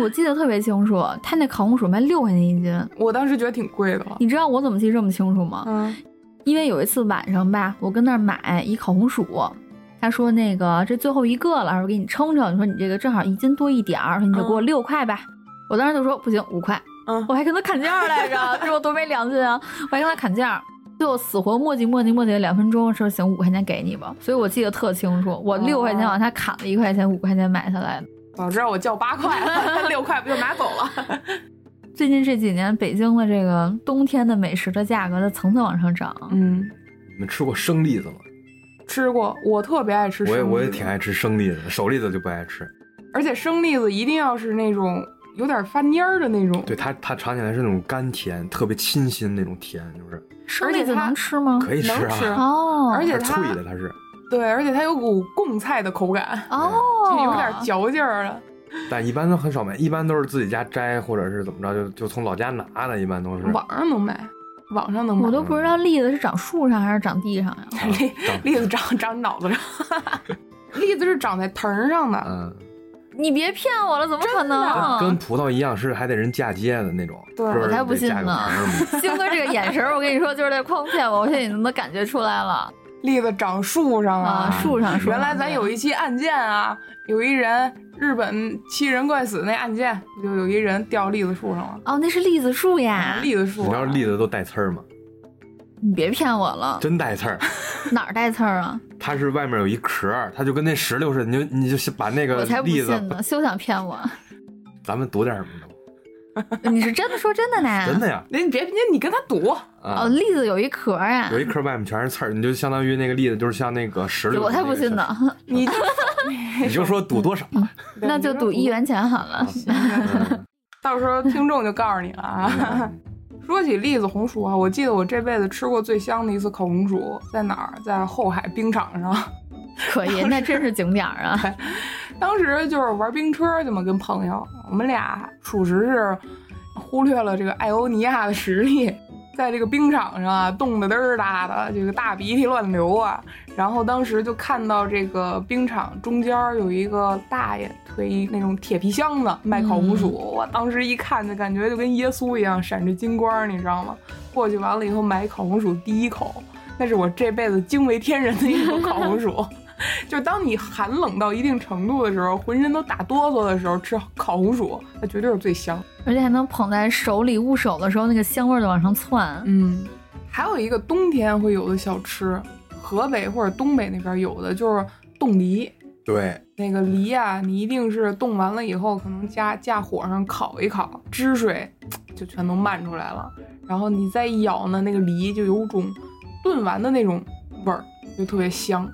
我记得特别清楚，他那烤红薯卖六块钱一斤。我当时觉得挺贵的了。你知道我怎么记这么清楚吗？嗯因为有一次晚上吧，我跟那儿买一烤红薯，他说那个这最后一个了，我给你称称，你说你这个正好一斤多一点儿，你就给我六块吧。我当时就说不行，五块，嗯我还跟他砍价来着，他说我多没良心啊，我还跟他砍价。最后死活磨叽磨叽磨叽了两分钟，说行五块钱给你吧，所以我记得特清楚，我六块哦钱往下砍了一块钱，五块钱买下来的。早知道我叫八块了， 六块不就拿走了？最近这几年，北京的这个冬天的美食的价格在层层往上涨。嗯，你们吃过生栗子吗？ 吃过，我特别爱吃生我栗也子，我也挺爱吃生栗子的，熟栗子就不爱吃。而且生栗子一定要是那种有点发蔫儿的那种，对它它尝起来是那种甘甜，特别清新那种甜，就是生栗子而且它能吃吗？可以吃能吃啊，哦，而且它是它脆的它是，对，而且它有股贡菜的口感，哦，就有点嚼劲儿了。但一般都很少买，一般都是自己家摘或者是怎么着，就就从老家拿的，一般都是。网上能买，网上能买我。都不知道栗子是长树上还是长地上呀、 啊栗长栗子长长脑 子上，栗子是长在藤儿上的，嗯，你别骗我了，怎么可跟能？啊葡萄一样，是还得人嫁接的那种，对是我才嗯不信呢得 嫁个盆儿星哥这个眼神儿，我跟你说就是在诓骗我，我现在已经能感觉出来了栗子长树上啊，树上树上。原来嗯咱有一期案件啊，有一人日本七人怪死那案件，就有一人掉栗子树上了。哦，那是栗子树呀啊，！栗子树啊，你知道栗子都带刺儿吗？你别骗我了，真带 刺儿，哪儿带刺儿啊？它是外面有一壳儿，它就跟那石榴似的，你就你就把那我个才不栗信子，呢，休想骗我！ 咱们赌点什么的吧，你是真的说真的呢？真的呀那你别，你你跟他赌，啊啊哦，。栗子有一壳儿呀有，一壳外面全是刺儿，你就相当于那个栗子，就是像那个石榴。我才不信呢！， 你就你就说赌多少，嗯对 那就你赌一元钱好啊了。嗯 到时候听众就告诉你了啊。嗯说起栗子红薯啊，我记得我这辈子吃过最香的一次烤红薯在哪儿？在后海冰场上。可以，那真是景点儿啊！当时就是玩冰车去嘛，跟朋友，我们俩属实是忽略了这个艾欧尼亚的实力，在这个冰场上啊，冻得嘚儿哒的，这个大鼻涕乱流啊。然后当时就看到这个冰场中间儿有一个大爷推一那种铁皮箱子卖烤红薯，我当时一看就感觉就跟耶稣一样闪着金光儿，你知道吗？过去完了以后买烤红薯第一口，那是我这辈子惊为天人的一口烤红薯。就当你寒冷到一定程度的时候，浑身都打哆嗦的时候，吃烤红薯，那绝对是最香。而且还能捧在手里捂手的时候，那个香味儿就往上窜。嗯，还有一个冬天会有的小吃，河北或者东北那边有的就是冻梨。 对，那个梨呀、你一定是冻完了以后，可能加架火上烤一烤，汁水就全都漫出来了。然后你再一咬呢，那个梨就有种炖完的那种味儿，就特别香。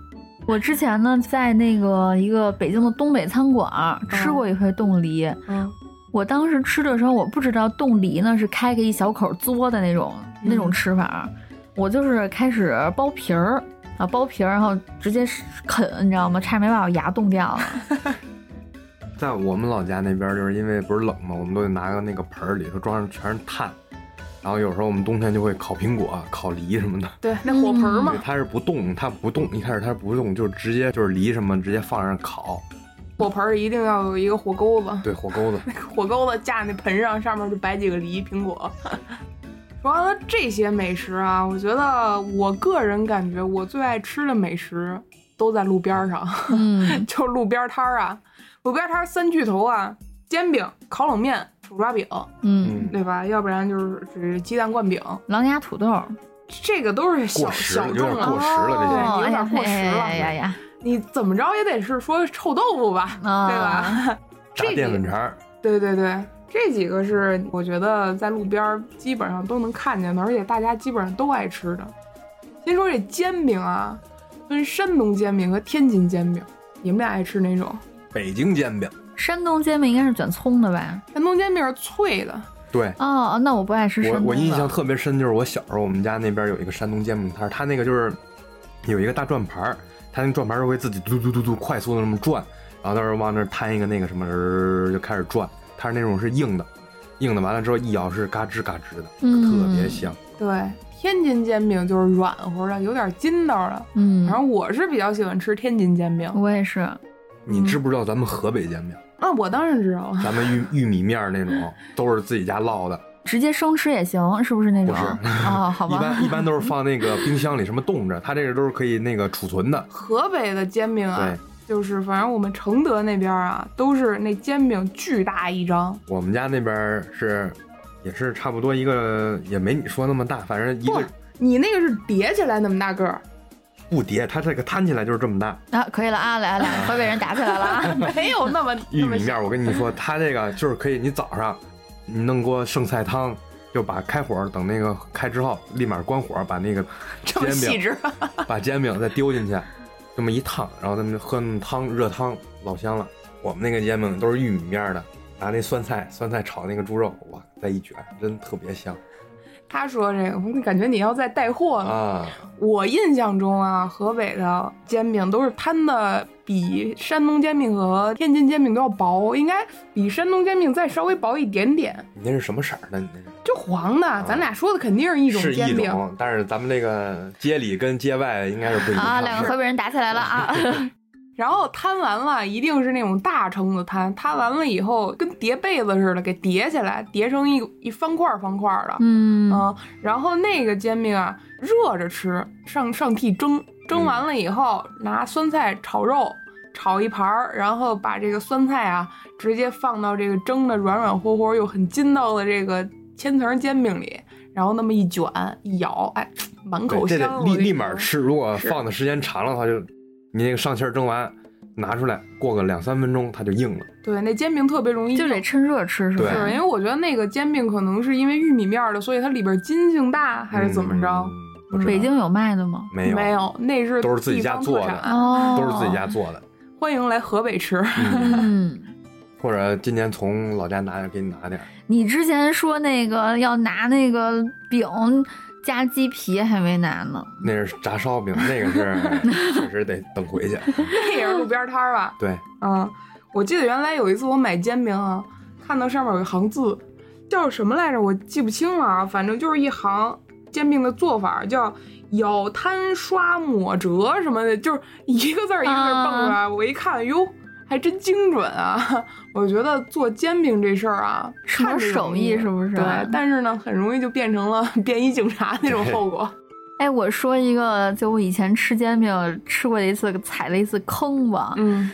我之前呢，在那个一个北京的东北餐馆儿吃过一回冻梨。嗯，我当时吃的时候，我不知道冻梨呢是开开一小口嘬的那种那种嗯吃法，我就是开始剥皮儿啊，剥皮儿，然后直接啃，你知道吗？差点没把我牙冻掉 了。在我们老家那边，就是因为不是冷嘛，我们都得拿个那个盆儿，里头装上全是炭，然后有时候我们冬天就会烤苹果、烤梨什么的。对，那火盆儿嘛对，，它是不动，它不动，一开始它是不动，就是直接就是梨什么直接放上烤，火盆儿一定要有一个火钩子，对，火钩子。火钩子架那盆上，上面就摆几个梨、苹果。 说完了这些美食啊，我觉得我个人感觉我最爱吃的美食都在路边儿上， 嗯，就是路边摊儿啊，路边摊儿三巨头啊，煎饼、烤冷面、手抓饼，嗯，对吧？要不然就是只鸡蛋灌饼，狼牙土豆，这个都是小过时小有众点了。过时了这些对哎有呀点过时哎了。呀呀呀你怎么着也得是说臭豆腐吧，呀！啊，对吧？炸这淀几粉肠儿，对对对，这几个是我觉得在路边儿基本上都能看见的，而且大家基本上都爱吃的。先说这煎饼啊，分山东煎饼和天津煎饼，你们俩爱吃哪种？北京煎饼，山东煎饼应该是卷葱的吧？山东煎饼是脆的，对。哦，那我不爱吃山我东的。我印象特别深，就是我小时候我们家那边有一个山东煎饼摊儿，它那个就是有一个大转盘儿，它那转盘儿会自己嘟嘟嘟嘟快速的那么转，然后到时候往那儿摊一个那个什么人就开始转，它是那种是硬的，硬的完了之后一咬是嘎吱嘎吱的，嗯特别香。对。天津煎饼就是软乎的，有点筋道的。嗯，反正我是比较喜欢吃天津煎饼。我也是，你知不知道咱们河北 煎饼，那我当然知道了，咱们玉玉米面儿那种都是自己家烙的，直接生吃也行，是不是那种？不是哦，好一吧， 般一般都是放那个冰箱里什么冻着，它这个都是可以那个储存的。河北的煎饼啊对，就是反正我们承德那边啊，都是那煎饼巨大一张，我们家那边儿是，也是差不多一个，也没你说那么大，反正一不个，你那个是叠起来那么大个儿，不叠，它这个摊起来就是这么大。啊，可以了啊，来来，河北人打起来了 啊！ 没有那么玉那么米面小。儿，我跟你说，它这个就是可以，你早上你弄锅剩菜汤，就把开火，等那个开之后立马关火，把那个这么煎细饼致， 把煎饼再丢进去，这么一烫，然后咱们就喝那么汤热汤，老香了。我们那个煎饼都是玉米面儿的，拿那酸菜酸菜炒那个猪肉，哇，再一卷，真特别香他说这个，我感觉你要再带货了。啊！我印象中啊，河北的煎饼都是摊的比山东煎饼和天津煎饼都要薄，应该比山东煎饼再稍微薄一点点，你那是什么色儿的？你那是？就黄的。咱俩说的肯定是一种啊是煎一饼，种，但是咱们这个街里跟街外应该是不一样的。啊，两个河北人打起来了啊！ 然后摊完了，一定是那种大撑子摊，摊完了以后跟叠被子似的，给叠起来，叠成一一方块儿方块儿的，嗯，嗯，然后那个煎饼啊，热着吃，上上屉蒸，蒸完了以后、拿酸菜炒肉，炒一盘儿，然后把这个酸菜啊直接放到这个蒸的软软和和又很筋道的这个千层煎饼里，然后那么一卷一咬，哎，满对口这香得味。立我跟你立马说吃。如果是放的时间长了，它就你那个上气儿蒸完，拿出来过个两三分钟，它就硬了。对，那煎饼特别容易就硬得趁热吃，是吧？对是因为我觉得那个煎饼可能是因为玉米面儿的，所以它里边筋性大，还是怎么着？嗯？不知道北京有卖的吗？没有，没有，那是都是自己地家方做特的产哦，啊都是自己家。做 的。欢迎来河北吃。嗯嗯，或者今年从老家拿点，给你拿点儿。你之前说那个要拿那个饼加鸡皮还没拿呢，那是炸烧饼，那 个是确实得等回去。那 也是路边摊儿吧？对， 嗯，我记得原来有一次我买煎饼啊，看到上面有一行字，叫什么来着？我记不清了啊，反正就是一行煎饼的做法叫舀摊刷抹折什么的，就是一个字儿一个字儿蹦出来。我一看，哟，还真精准啊！ 我觉得做煎饼这事儿啊，什么看着手容易艺是不是？啊对，但是呢，很容易就变成了便衣警察那种对后果。哎，我说一个，就我以前吃煎饼吃过的一次踩了一次坑吧。嗯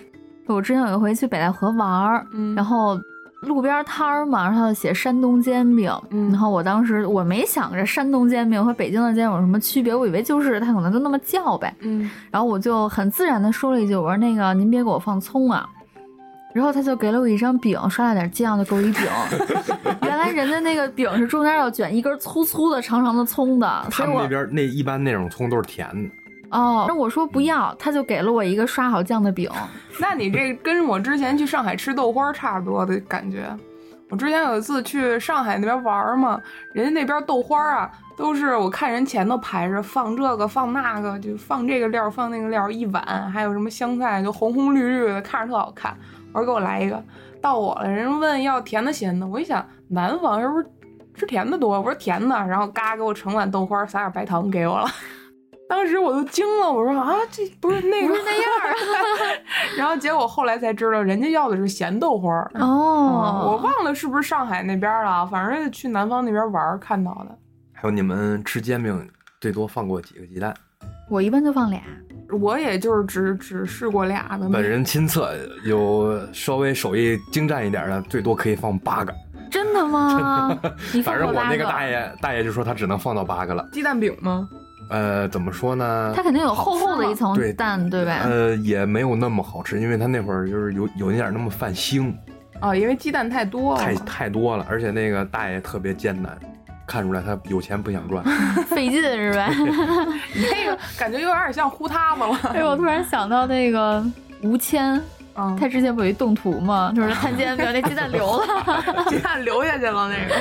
我之前有一回去北戴河玩儿，嗯，然后路边摊儿嘛，然后写山东煎饼，嗯然后我当时我没想着山东煎饼和北京的煎饼有什么区别，我以为就是它可能就那么叫呗。嗯然后我就很自然的说了一句：“我说那个您别给我放葱啊。”然后他就给了我一张饼，刷了点酱，就给我 一饼。原来人家那个饼是中间要卷一根粗粗的、长长的葱的，所他以们我那边那一般那种葱都是甜的，哦，那我说不要，他就给了我一个刷好酱的饼。那你这跟我之前去上海吃豆花儿差不多的感觉。我之前有一次去上海那边玩儿嘛，人家那边豆花儿啊，都是我看人前头排着放这个放那个，就放这个料儿放那个料儿，一碗还有什么香菜，就红红绿绿的，看着特好看。我说给我来一个，到我了，人问要甜的咸的，我一想南方是不是吃甜的多？我说甜的，然后嘎给我盛碗豆花儿，撒点白糖给我了。 当时我都惊了，我说啊，这不是那个不是那样啊。 然后结果后来才知道，人家要的是咸豆花儿。嗯我哦，忘了是不是上海那边了啊，反正去南方那边玩儿看到的。还有你们吃煎饼最多放过几个鸡蛋？我一般就放俩。我也就是只只试过俩的，本人亲测，有稍微手艺精湛一点的，最多可以放八个。真的吗？你放反过正我八那个个啊大爷大爷就说他只能放到八个了。鸡蛋饼吗？呃，怎么说呢？它肯定有厚厚的一层对蛋，对吧？呃，也没有那么好吃，因为他那会儿就是有有一点那么泛腥，啊，因为鸡蛋太多了太。太多了，而且那个大爷特别艰难，看出来他有钱不想赚。 费劲是吧？你那个感觉有点像糊塌 子了。哎，我突然想到那个吴谦，嗯，他之前不有一动图吗？就是他煎饼那鸡蛋流了。 鸡蛋流下去了那个。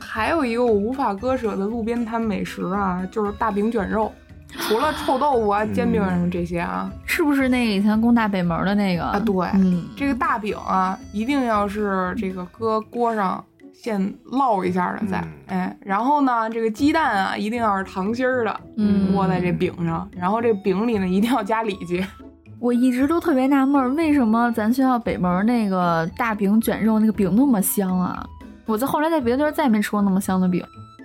还有一个我无法割舍的路边摊美食啊，就是大饼卷肉。除了臭豆腐啊、煎饼什么这些啊，是不是那个以前攻大北门的那个啊对嗯，这个大饼啊，一定要是这个搁锅上先烙一下的再，嗯哎，然后呢，这个鸡蛋啊，一定要是糖心儿的，嗯窝在这饼上，然后这饼里呢，一定要加里脊，我一直都特别纳闷儿，为什么咱学校北门那个大饼卷肉那个饼那么香啊？我在后来在别的地儿再也没吃过那么香的饼。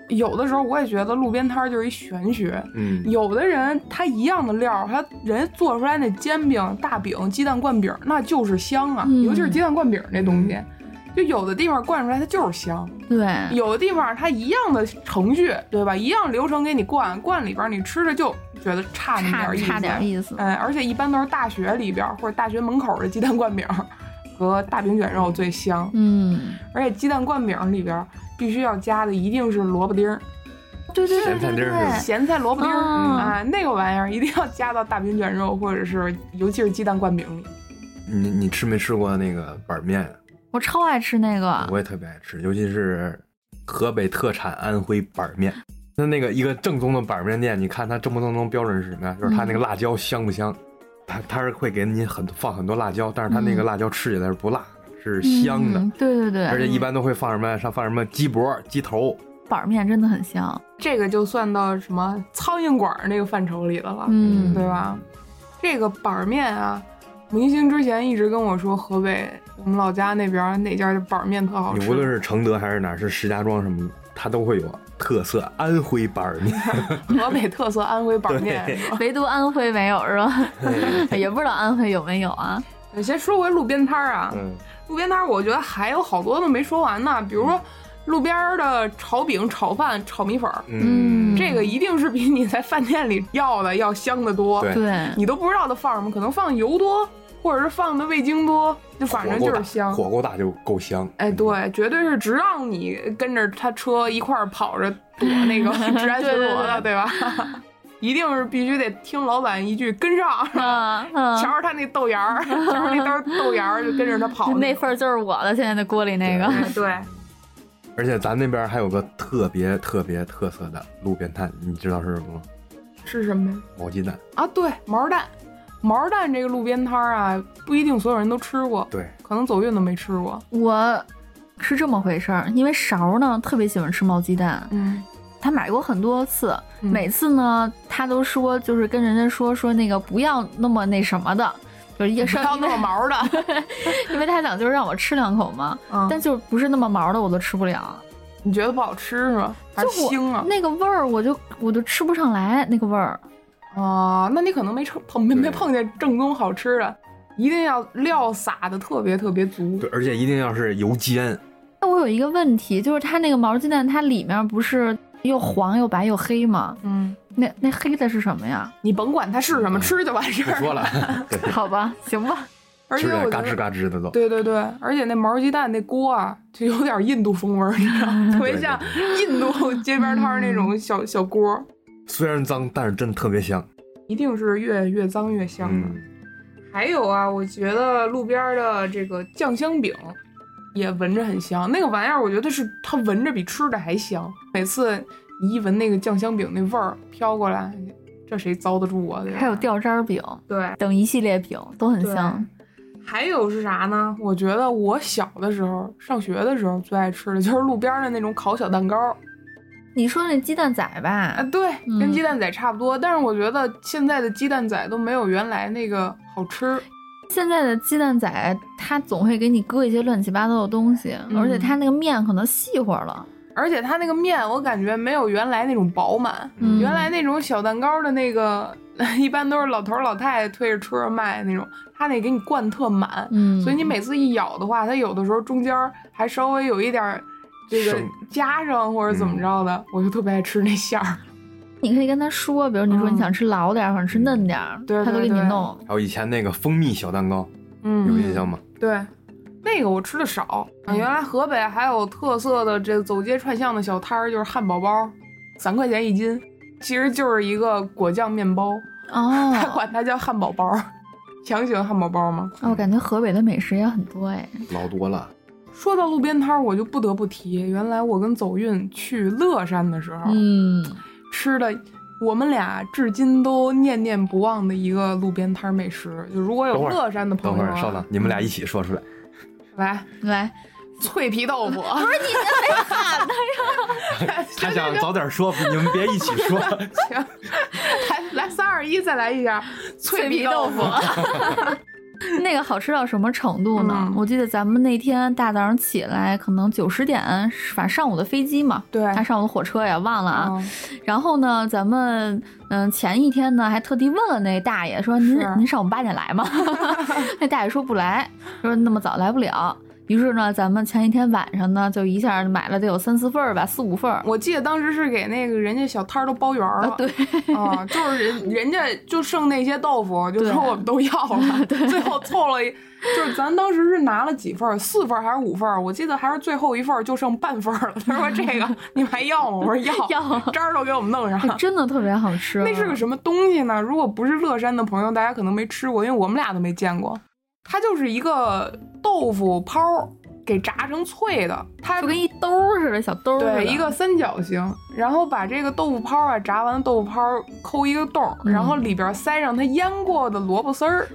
有的时候我也觉得路边摊儿就是一玄学，嗯，有的人他一样的料儿，他人做出来那煎饼、大饼、鸡蛋灌饼儿，那就是香啊，嗯尤其是鸡蛋灌饼儿那东西。就有的地方灌出来它就是香，对，有的地方它一样的程序，对吧？一样流程给你灌，灌里边儿你吃着就觉得差那么点儿差意思，差点意思。嗯，而且一般都是大学里边儿或者大学门口儿的鸡蛋灌饼儿和大饼卷肉最香，嗯，而且鸡蛋灌饼儿里边儿必须要加的一定是萝卜丁儿，对对对咸菜对丁对儿是吧对。咸菜萝卜丁儿。嗯，啊，那个玩意儿一定要加到大饼卷肉，或者是尤其是鸡蛋灌饼里。你你吃没吃过那个板面？我超爱吃那个。我也特别爱吃，尤其是河北特产安徽板面。那那个一个正宗的板面店，你看它正不正宗标准是什么呀？就是它嗯那个辣椒香不香？它它是会给你很放很多辣椒，但是它那个嗯辣椒吃起来是不辣，是香的。嗯对对而对，且一般都会放什么呀？上放什么鸡脖、鸡头，板面真的很香。这个就算到什么苍蝇馆儿那个范畴里的了，嗯对吧？这个板儿面啊，明星之前一直跟我说，河北我们老家那边儿哪家的板儿面特好你吃。无论是承德还是哪儿，是石家庄什么的，它都会有特色安徽板面。河北特色安徽板儿 面是吧？ 唯独安徽没有是吧？ 也不知道安徽有没有啊？对先说回路边摊儿啊，嗯，路边摊儿我觉得还有好多都没说完呢，比如说路边儿的炒饼、炒饭、炒米粉儿，嗯这个一定是比你在饭店里要的要香得多。对对，你都不知道它放什么，可能放油多，或者是放的味精多，就 反正就是香。火够大就够香。嗯哎，对，绝对是只让你跟着他车一块儿跑着躲那 个治安巡逻的，对吧？ 一定是必须得听老板一句跟上，啊 瞧嗯，着他那豆芽儿，瞧着那兜豆芽儿就跟着他跑 那份儿就是我的，现在那锅里那个。哎对，而且咱那边还有个特别特别特色的路边摊，你知道是什么吗？是什么呀？毛鸡蛋。啊，对，毛蛋，毛蛋这个路边摊儿啊，不一定所有人都吃过，对，可能走运都没吃过。 我是这么回事儿，因为勺呢特别喜欢吃毛鸡蛋，嗯，他买过很多次，嗯每次呢他都说就是跟人家说说那个不要那么那什么的，就是也不是 要那么毛的，因为他想就是让我吃两口嘛，嗯 但就是不是那么毛的我都吃不了。你觉得不好吃是吧？还是就我腥啊？那个味儿，我就我就吃不上来那个味儿。啊，那你可能没吃碰没没对碰见正宗好吃的，一定要料撒的特别特别足对，而且一定要是油煎，那我有一个问题，就是它那个毛鸡蛋，它里面不是又黄又白又黑吗？嗯，那那黑的是什么呀？ 你甭管它是什么，嗯吃就完事不儿。说了，对，好吧，行吧，而吃且我点觉嘎吱得，嘎吱的都，对对对，而且那毛鸡蛋那锅啊，就有点印度风味儿，你知道吗？特别对像印度街边摊儿那种小小锅，虽然脏，但是真的特别香。一定是越越脏越香的。嗯，还有啊，我觉得路边儿的这个酱香饼也闻着很香，那个玩意儿我觉得是它闻着比吃的还香。每次你一闻那个酱香饼那味儿飘过来，这谁遭得住啊？对吧还有掉渣儿饼对等一系列饼都很对香。还有是啥呢？我觉得我小的时候上学的时候最爱吃的就是路边儿的那种烤小蛋糕你说那鸡蛋仔啊，吧，对，跟嗯鸡蛋仔差不多，但是我觉得现在的鸡蛋仔都没有原来那个好吃。现在的鸡蛋仔它总会给你搁一些乱七八糟的东西，嗯而且它那个面可能细乎了。而且它那个面，我感觉没有原来那种饱满。嗯原来那种小蛋糕的那个， 一般都是老头儿老太太推着车卖那种，它那给你灌特满，嗯，所以你每次一咬的话，它有的时候中间儿还稍微有一点儿这个剩夹上或者怎么着的，我就特别爱吃那馅儿。你可以跟他说，比如你说嗯你想吃老点儿，想吃嫩点儿，对他都对给你对 弄。还有以前那个蜂蜜小蛋糕，有嗯，印象吗？对，那个我吃的少。嗯原来河北还有特色的这走街串巷的小摊儿，就是汉堡包，三块钱一斤，其实就是一个果酱面包。他哦，管它叫汉堡包，强行汉堡包吗？哦我感觉河北的美食也很多哎。嗯老多了，说到路边摊儿，我就不得不提，原来我跟走运去乐山的时候、嗯，吃的，我们俩至今都念念不忘的一个路边摊儿美食。就如果等有会儿乐山的等朋会友、儿啊，稍等，你们俩一起说出 来。来来，脆皮豆 腐，不是你没喊他他想早点说，你们别一起说。行，来来三二一，再来一下脆皮豆腐。 那个好吃到什么程度呢？嗯我记得咱们那天大早上起来，可能九十点，反正上午的飞机嘛，对还上午的火车呀，忘了啊。嗯然后呢，咱们嗯前一天呢还特地问了那大爷说您是您上午八点来吗？ 那大爷说不来，说那么早来不了。于是呢，咱们前一天晚上呢就一下买了得有三四份儿吧，四五份儿。我记得当时是给那个人家小摊儿都包圆儿了、啊，对，啊，就是人人家就剩那些豆腐，就对说我们都要 了，最后凑了一，就是咱当时是拿了几份儿，四份儿还是五份儿？我记得还是最后一份儿就剩半份儿了。他说这 个你们还要吗？我说要，要汁儿都给我们弄上哎。真的特别好吃。啊那是个什么东西呢？如果不是乐山的朋友，大家可能没吃过，因为我们俩都没见过。它就是一个豆腐泡儿给炸成脆的，它就跟一兜儿似的，小兜儿似的对，一个三角形，然后把这个豆腐泡啊，炸完的豆腐泡抠一个洞儿，嗯然后里边塞上它腌过的萝卜丝儿，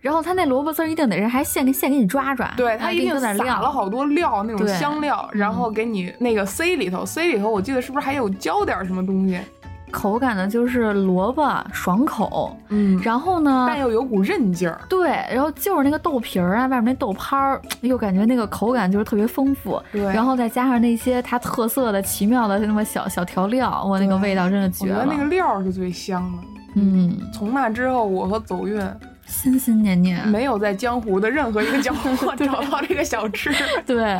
然后他那萝卜丝儿一定得是还现给现给你抓抓，对，然后它给一你定搁撒点料了好多料，那种对香料，然后给你那个塞里头，塞里头我记得是不是还有浇点儿什么东西？口感呢就是萝卜爽口，嗯，然后呢，但又有股韧劲儿，对，然后就是那个豆皮儿啊，外面那豆泡儿，哎呦，感觉那个口感就是特别丰富，对，然后再加上那些它特色的奇妙的那么小小调料，我那个对味道真的我绝觉得了，那个料儿是最香的。嗯，从那之后，我和走运心心念念，没有在江湖的任何一个角 落找到这个小吃。 对，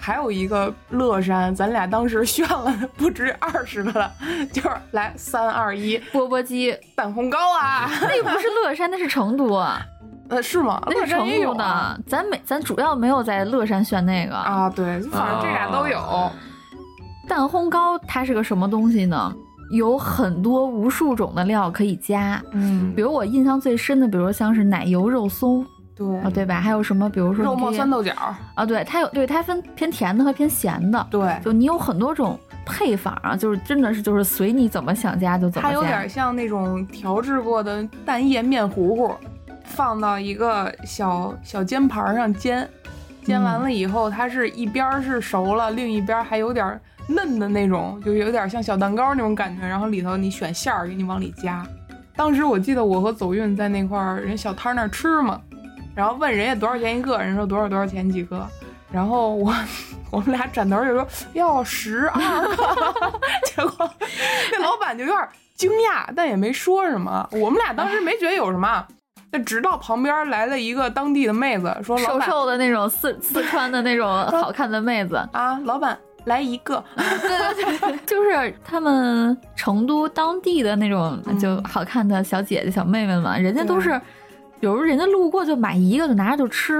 还有一个乐山，咱俩当时炫了 不止二十个了，就是来三二一，钵钵鸡，蛋烘糕啊，那又不是乐山，那是成都啊， 呃，是吗？那 乐是成山也有都啊，的，咱没咱主要没有在乐山选那个啊对， 反正这俩都有，啊蛋烘糕它是个什么东西呢？有很多无数种的料可以加，嗯，比如我印象最深的，比如像是奶油肉松哦对啊，，对吧？还有什么，比如说肉你可末以酸豆角，啊，对，它有对它分偏甜的和偏咸的，对，就你有很多种配法啊，就是真的是就是随你怎么想加就怎么它加。有点像那种调制过的蛋液面糊糊，放到一个小小煎盘上煎，煎完了以后，它是一边儿是熟了，另一边儿还有点儿嫩的那种，就有点像小蛋糕那种感觉。然后里头你选馅儿，给你往里加。当时我记得我和走运在那块儿人小摊儿那儿吃嘛，然后问人家多少钱一个，人说多少多少钱几个，然后我 我们俩转头就说要十二个， 结果那老板就有点惊讶，但也没说什么。我们俩当时没觉得有什么，那直到旁边来了一个当地的妹子，说老瘦板瘦的那种四四川的 那种好看的妹子，啊，老板来一个，对对对，就是他们成都当地的那种嗯就好看的小姐姐、小妹妹们，人家对都是，有时候人家路过就买一个，就拿着就吃。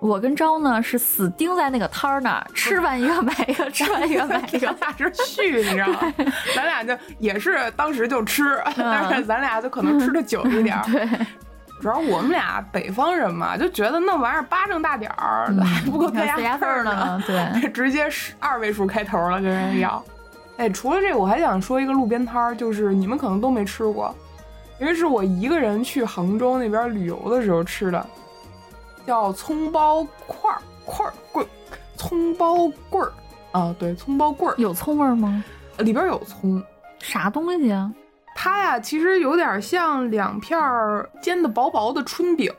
我跟招呢是死盯在那个摊儿那儿，吃完一个买一个，吃完一个买一个咱。俩是续，你知道吗？咱俩就也是当时就吃， 但是咱俩就可能吃的久一点儿。嗯对，主要我们俩北方人嘛，就觉得那玩意儿巴掌大点儿，还不够嗯塞塞牙牙缝缝儿儿呢。嗯 对，直接是二位数开头了，跟人要。哎，除了这个，我还想说一个路边摊儿，就是你们可能都没吃过，因为是我一个人去杭州那边旅游的时候吃的，叫葱包块儿块儿棍，葱包棍儿啊，对，葱包棍儿有葱味儿吗？里边有葱，啥东西啊？它呀，其实有点像两片儿煎的薄薄的春饼，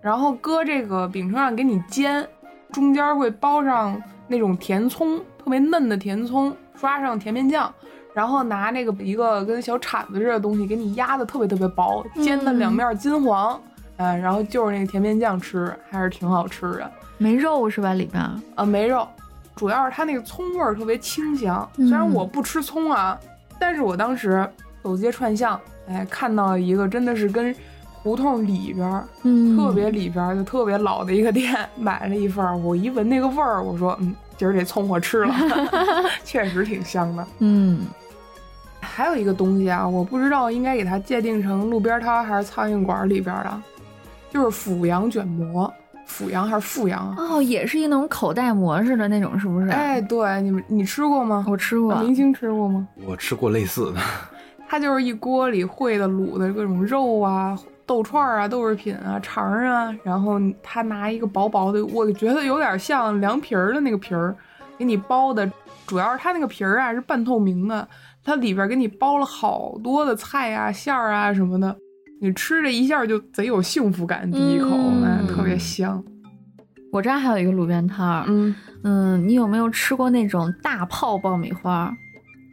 然后搁这个饼铛上给你煎，中间会包上那种甜葱，特别嫩的甜葱，刷上甜面酱，然后拿那个一个跟小铲子似的东西给你压的特别特别薄，煎的两面金黄，嗯、然后就是那个甜面酱吃，还是挺好吃的。没肉是吧？里边儿呃，没肉，主要是它那个葱味儿特别清香。嗯虽然我不吃葱啊，但是我当时走街串巷，哎，看到一个真的是跟胡同里边儿、嗯，特别里边儿就特别老的一个店，买了一份儿。我一闻那个味儿，我说，嗯，今儿这葱我吃了， 确实挺香的。嗯，还有一个东西啊，我不知道应该给它界定成路边摊还是苍蝇馆儿里边儿的，就是阜阳卷馍，阜阳还是阜阳啊？哦，也是一那种口袋馍似的那种，是不啊是？哎，对，你们你吃过吗？我吃过，啊明星吃过吗？我吃过类似的，它就是一锅里烩的卤的各种肉啊、豆串儿啊、豆制品啊、肠儿啊，然后他拿一个薄薄的，我觉得有点像凉皮儿的那个皮儿，给你包的。主要是它那个皮儿啊是半透明的，它里边给你包了好多的菜啊、馅儿啊什么的，你吃这一下就贼有幸福感，第一口嗯哎，特别香。我这儿还有一个路边摊儿，嗯，嗯，你有没有吃过那种大泡爆米花？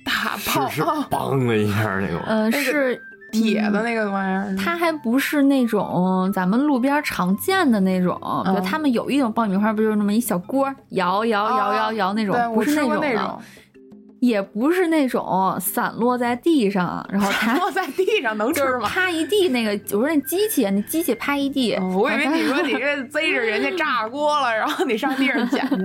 大是 炮是啊，梆的一下那个，呃，那个是铁的那个玩意儿，它还不是那种咱们路边常见的那种，比如嗯他们有一种爆米花，不就是那么一小锅儿摇摇摇摇摇那种，啊对不我是吃过种的， 种，也不是那种散落在地上，然后它 落在地上能就吃是吗？啪一地那个，我说那机器，啊那机器啪一 地，哦我以为然后你它说你 这贼着人家炸锅了，然后你上地上捡去。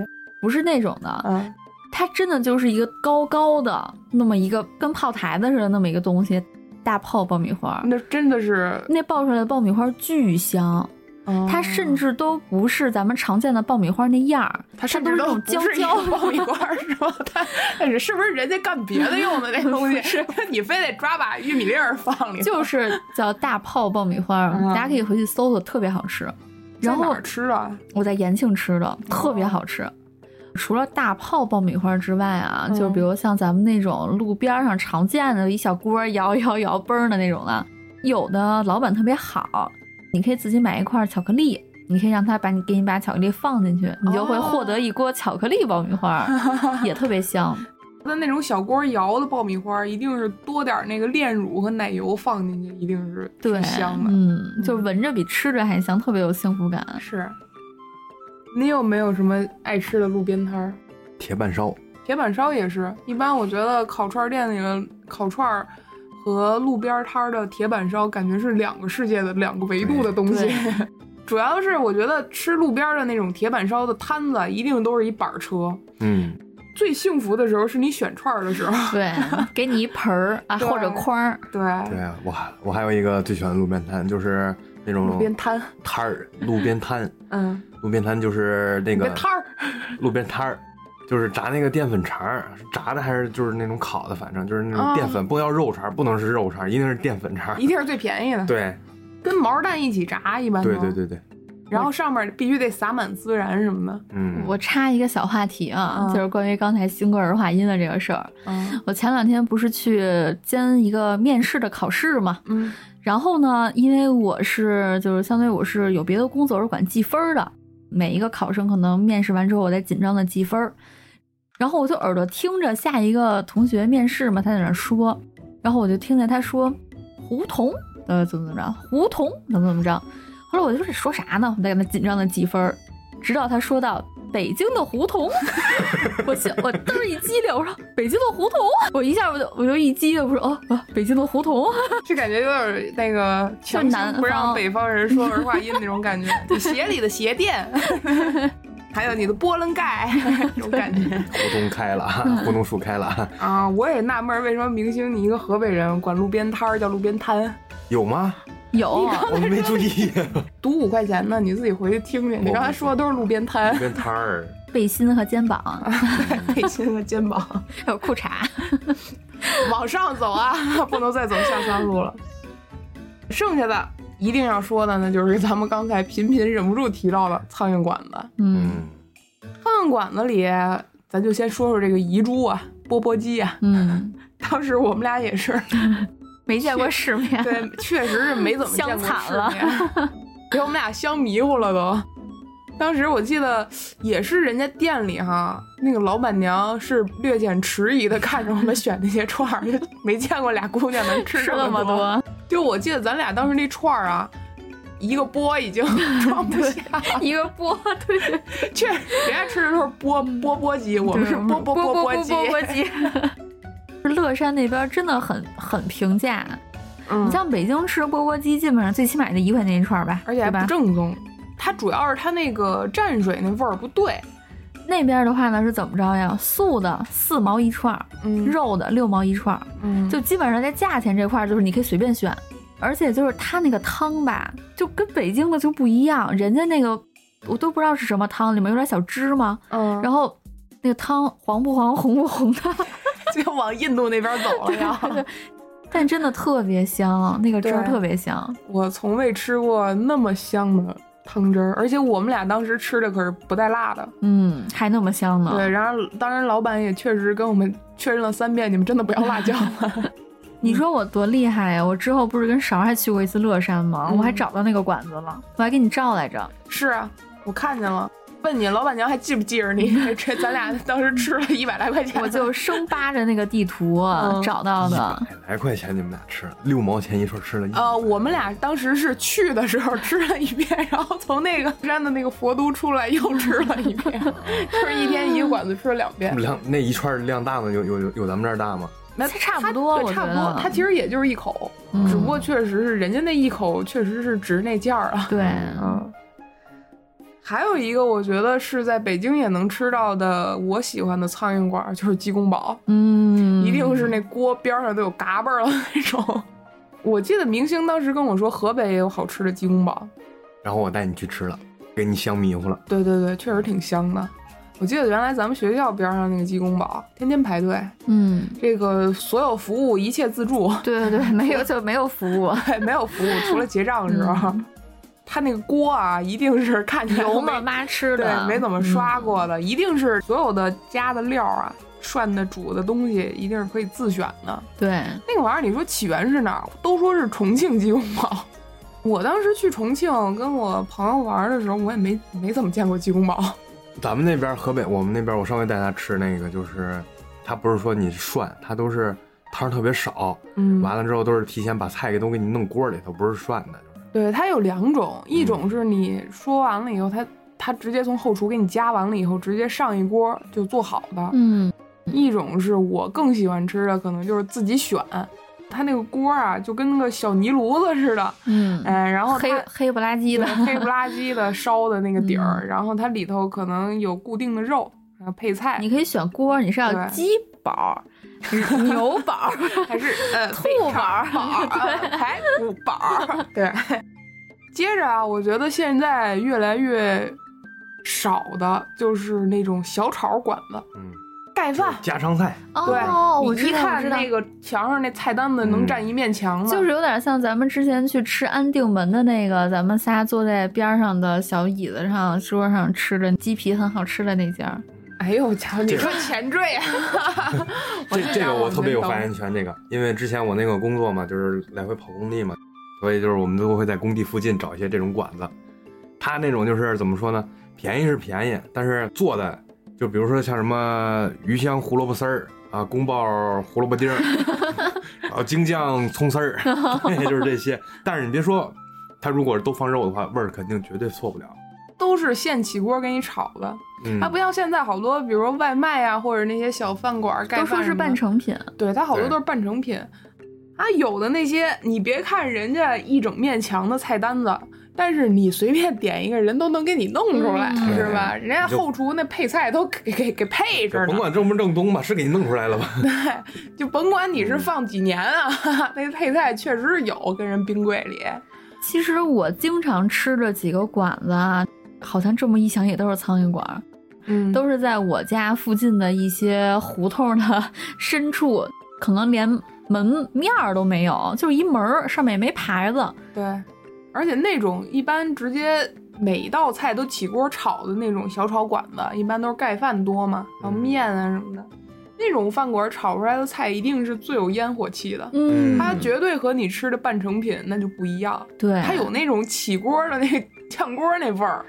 不是那种的， 嗯，它真的就是一个高高的那么一个跟炮台子似的那么一个东西，大泡爆米花。那真的是，那爆出来的爆米花巨香，嗯它甚至都不是咱们常见的爆米花那样儿，它甚都至是那都种不焦是一焦个 爆米花儿是吧？它它是是不是人家干别的用的那东西？ 是， 你非得抓把玉米粒儿放里头？就是叫大泡爆米花，嗯大家可以回去搜搜，特别好吃。然在哪后儿吃啊？我在延庆吃的，特哦别好吃。除了大泡爆米花之外啊，嗯就比如像咱们那种路边上常见的一小锅摇摇 摇嘣儿的那种的，有的老板特别好，你可以自己买一块巧克力，你可以让他把你给你把巧克力放进去，你就哦会获得一锅巧克力爆米花， 也特别香。那那种小锅摇的爆米花儿，一定是多点儿那个炼乳和奶油放进去，一定是对，挺香的。嗯，就闻着比吃着还香，特别有幸福感。是，你有没有什么爱吃的路边摊儿？铁板烧。铁板烧也是一般，我觉得烤串儿店里的烤串儿和路边儿摊儿的铁板烧，感觉是两个世界的两个维度的东西对。主要是我觉得吃路边儿的那种铁板烧的摊子，一定都是一板儿车。嗯，最幸福的时候是你选串儿的时 候， 对，给你一盆儿啊，对或者筐儿，对，对啊，我还我还有一个最喜欢的路边摊，就是那种路边摊，摊儿，路边 摊，嗯，路边摊就是那一个个 摊儿，路边摊儿，就是炸那个淀粉肠儿，是炸的还是就是那种烤的，反正就是那种淀粉，不要肉肠儿，不能是肉肠儿，一定是淀粉肠儿。哦一定是最便宜的，对跟毛蛋一起炸一般都对对，对对，然后上面必须得撒满孜然什么的，嗯，我插一个小话题啊，嗯就是关于刚才新歌儿化音的这个事儿。嗯我前两天不是去兼一个面试的考试嘛，嗯然后呢，因为我是就是相当于我是有别的工作，我是管记分儿的。每一个考生可能面试完之后，我在紧张的记分儿。然后我就耳朵听着下一个同学面试嘛，他在那说，然后我就听见他说胡同，呃，怎么怎么着，胡同怎么怎么着。后来我就说这说啥呢？我在给他紧张的记分儿，直到他说到北京的胡同， 我心我当时一激灵，我说北京的胡同，我一下我就我就一激灵，我说哦、啊，北京的胡同，这感觉有点那个强南行不让方北方人说儿化音那种 感觉，你鞋里的鞋垫，还有你的波棱 盖这种感觉胡同 开了，胡同树开了，啊！我也纳闷儿，为什么明星你一个河北人管路边摊儿叫路边摊？有吗？有我没 注意，赌五块钱呢，你自己回去听听。你我、刚才说的都是路边摊跟摊儿。背心和 肩膀，背心和肩膀，还有 裤衩。往上走啊， 不能再走下三路了。剩下的一定要说的呢，就是咱们刚才频频忍不住提到的苍蝇馆子。嗯嗯，苍蝇馆子里，咱就先说说这个遗珠啊，钵钵鸡 啊。嗯，当时我们俩也是，没见过世 面。对，确实是没怎么见过相世惨了面， 给我们俩相迷糊了都。当时我记得也是人家店里哈，那个老板娘是略显迟疑的看着我们选那些串儿，就没见过俩姑娘能吃吃这那么多。多，就我记得咱俩当时那串儿啊，一个钵已经 装不下， 一个波，对，确实人家吃的都是钵钵钵鸡，嗯我们是钵波钵波钵波钵波鸡。波鸡。 乐山那边真的很很平价，嗯你，像北京吃钵钵鸡，基本上最起码得一块钱一串儿吧，而且还对吧不？正宗。它主要是它那个蘸水那味儿不对，那边的话呢是怎么着呀？素的四毛一串儿，嗯肉的六毛一串儿，嗯，就基本上在价钱这块儿就是你可以随便选，而且就是它那个汤吧，就跟北京的就不一样，人家那个我都不知道是什么汤，里面有点小芝麻，嗯，然后那个汤黄不黄，红不红的，就往印度那边走了哎 呀。但真的特别香，那个汁儿对特别香。 我从未吃过那么香的汤汁儿，而且我们俩当时吃的可是不带辣的。嗯，还那么香呢。对，然后当然老板也确实跟我们确认了三遍，你们真的不要辣椒 了。嗯你说我多厉害呀！我之后不是跟勺还去过一次乐山吗？嗯我还找到那个馆子了，我还给你照 来着。是啊，我看见了。问你，老板娘还记不记着 你？这咱俩当时吃了一百来块钱，我就生扒着那个地图、嗯找到的。一百来块钱你们俩吃了，六毛钱一串吃了一。呃，我们俩当时是去的时候吃了一遍， 然后从那个山的那个佛都出来又吃了一 遍，吃一天一个馆子吃了两遍。量那一串量大吗？有有有有咱们这儿大吗？那它差不多它对我差不觉多得。它其实也就是一口，嗯只不过确实是人家那一口确实是值那价儿了。对，嗯。还有一个，我觉得是在北京也能吃到的，我喜欢的苍蝇馆儿就是鸡公煲，嗯，一定是那锅边儿上都有嘎巴儿了那种。我记得明星当时跟我说，河北也有好吃的鸡公煲，然后我带你去吃了，给你香迷糊了。对对对，确实挺香的。我记得原来咱们学校边儿上那个鸡公煲，天天排队，嗯，这个所有服务一切自助， 对对 对，没有就没有服务，对，没有服务，除了结账的时候，他那个锅啊，一定是看起来油嗯 没嘛妈吃的，对，没怎么刷过的，一定是所有的加的料啊、涮的、煮的东西，一定是可以自选的。对，那个玩意儿，你说起源是哪儿？都说是重庆鸡公煲。 我当时去重庆跟我朋友玩儿的时候，我也没没怎么见过鸡公煲。咱们那边河北，我们那边我上回带他吃那个，就是他不是说你涮，他都是汤儿特别少，嗯完了之后都是提前把菜给都给你弄锅里头，不是涮的。对，它有两种，一嗯种是你说完了以后，它它直接从后厨给你夹完了以后，直接上一锅就做好的。嗯一种是我更喜欢吃的，可能就是自己选，它那个锅啊就跟那个小泥炉子似的，嗯，嗯，然后它黑黑不拉几对的， 嗯黑不拉几的烧的那个底儿，然后它里头可能有固定的肉，然后配菜你可以选锅，你是要对鸡 煲、牛煲，还 是呃兔肥板儿肠儿呃排骨板 儿，对。接着啊，我觉得现在越来越少的就是那种小炒馆子嗯，盖饭。家常菜，对哦，我你知一道，我看知道那。个墙上那菜单子能嗯占一面墙了，就是有点像咱们之前去吃安定门的那个，咱们仨坐在边上的小椅子上、桌上吃的鸡皮很好吃的那家儿。哎呦我操！你这个说前缀啊，我这就这个让我特别有们发言权。这个，因为之前我那个工作嘛，就是来回跑工地嘛，所以就是我们都会在工地附近找一些这种馆子。他那种就是怎么说呢？便宜是便宜，但是做的就比如说像什么鱼香胡萝卜丝儿啊，宫爆胡萝 卜丁儿，然后京酱葱丝儿， 哎就是这些。但是你别说，它如果是都放肉的话，味儿肯定绝对错不了。都是现起锅给你炒的，嗯，它不像现在好多，比如说外卖啊，或者那些小饭馆儿盖都饭说什是么半的，成品，对，它好多对都是半成品。啊，有的那些你别看人家一整面墙的菜单子，但是你随便点一个人都能给你弄出来，嗯是吧？人家你就后厨那配菜都给给给配就着甭呢，管正不正宗吧，是给你弄出来了吧？就甭管嗯你是放几年啊， 哈哈，那配菜确实是有跟人冰柜里。其实我经常吃的几个馆子啊，好像这么一想也都是苍蝇馆儿，嗯都是在我家附近的一些胡同的 深处，可能连门面儿都没有，就是一门儿上面也没牌子。对，而且那种一般直接每一道菜都起锅炒的那种小炒馆子，一般都是盖饭多嘛，还有嗯面啊什么的。那种饭馆炒出来的菜一定是最有烟火气的，嗯，它绝对和你吃的半成品那就不一样，对，它有那种起锅的那个炝锅那味儿，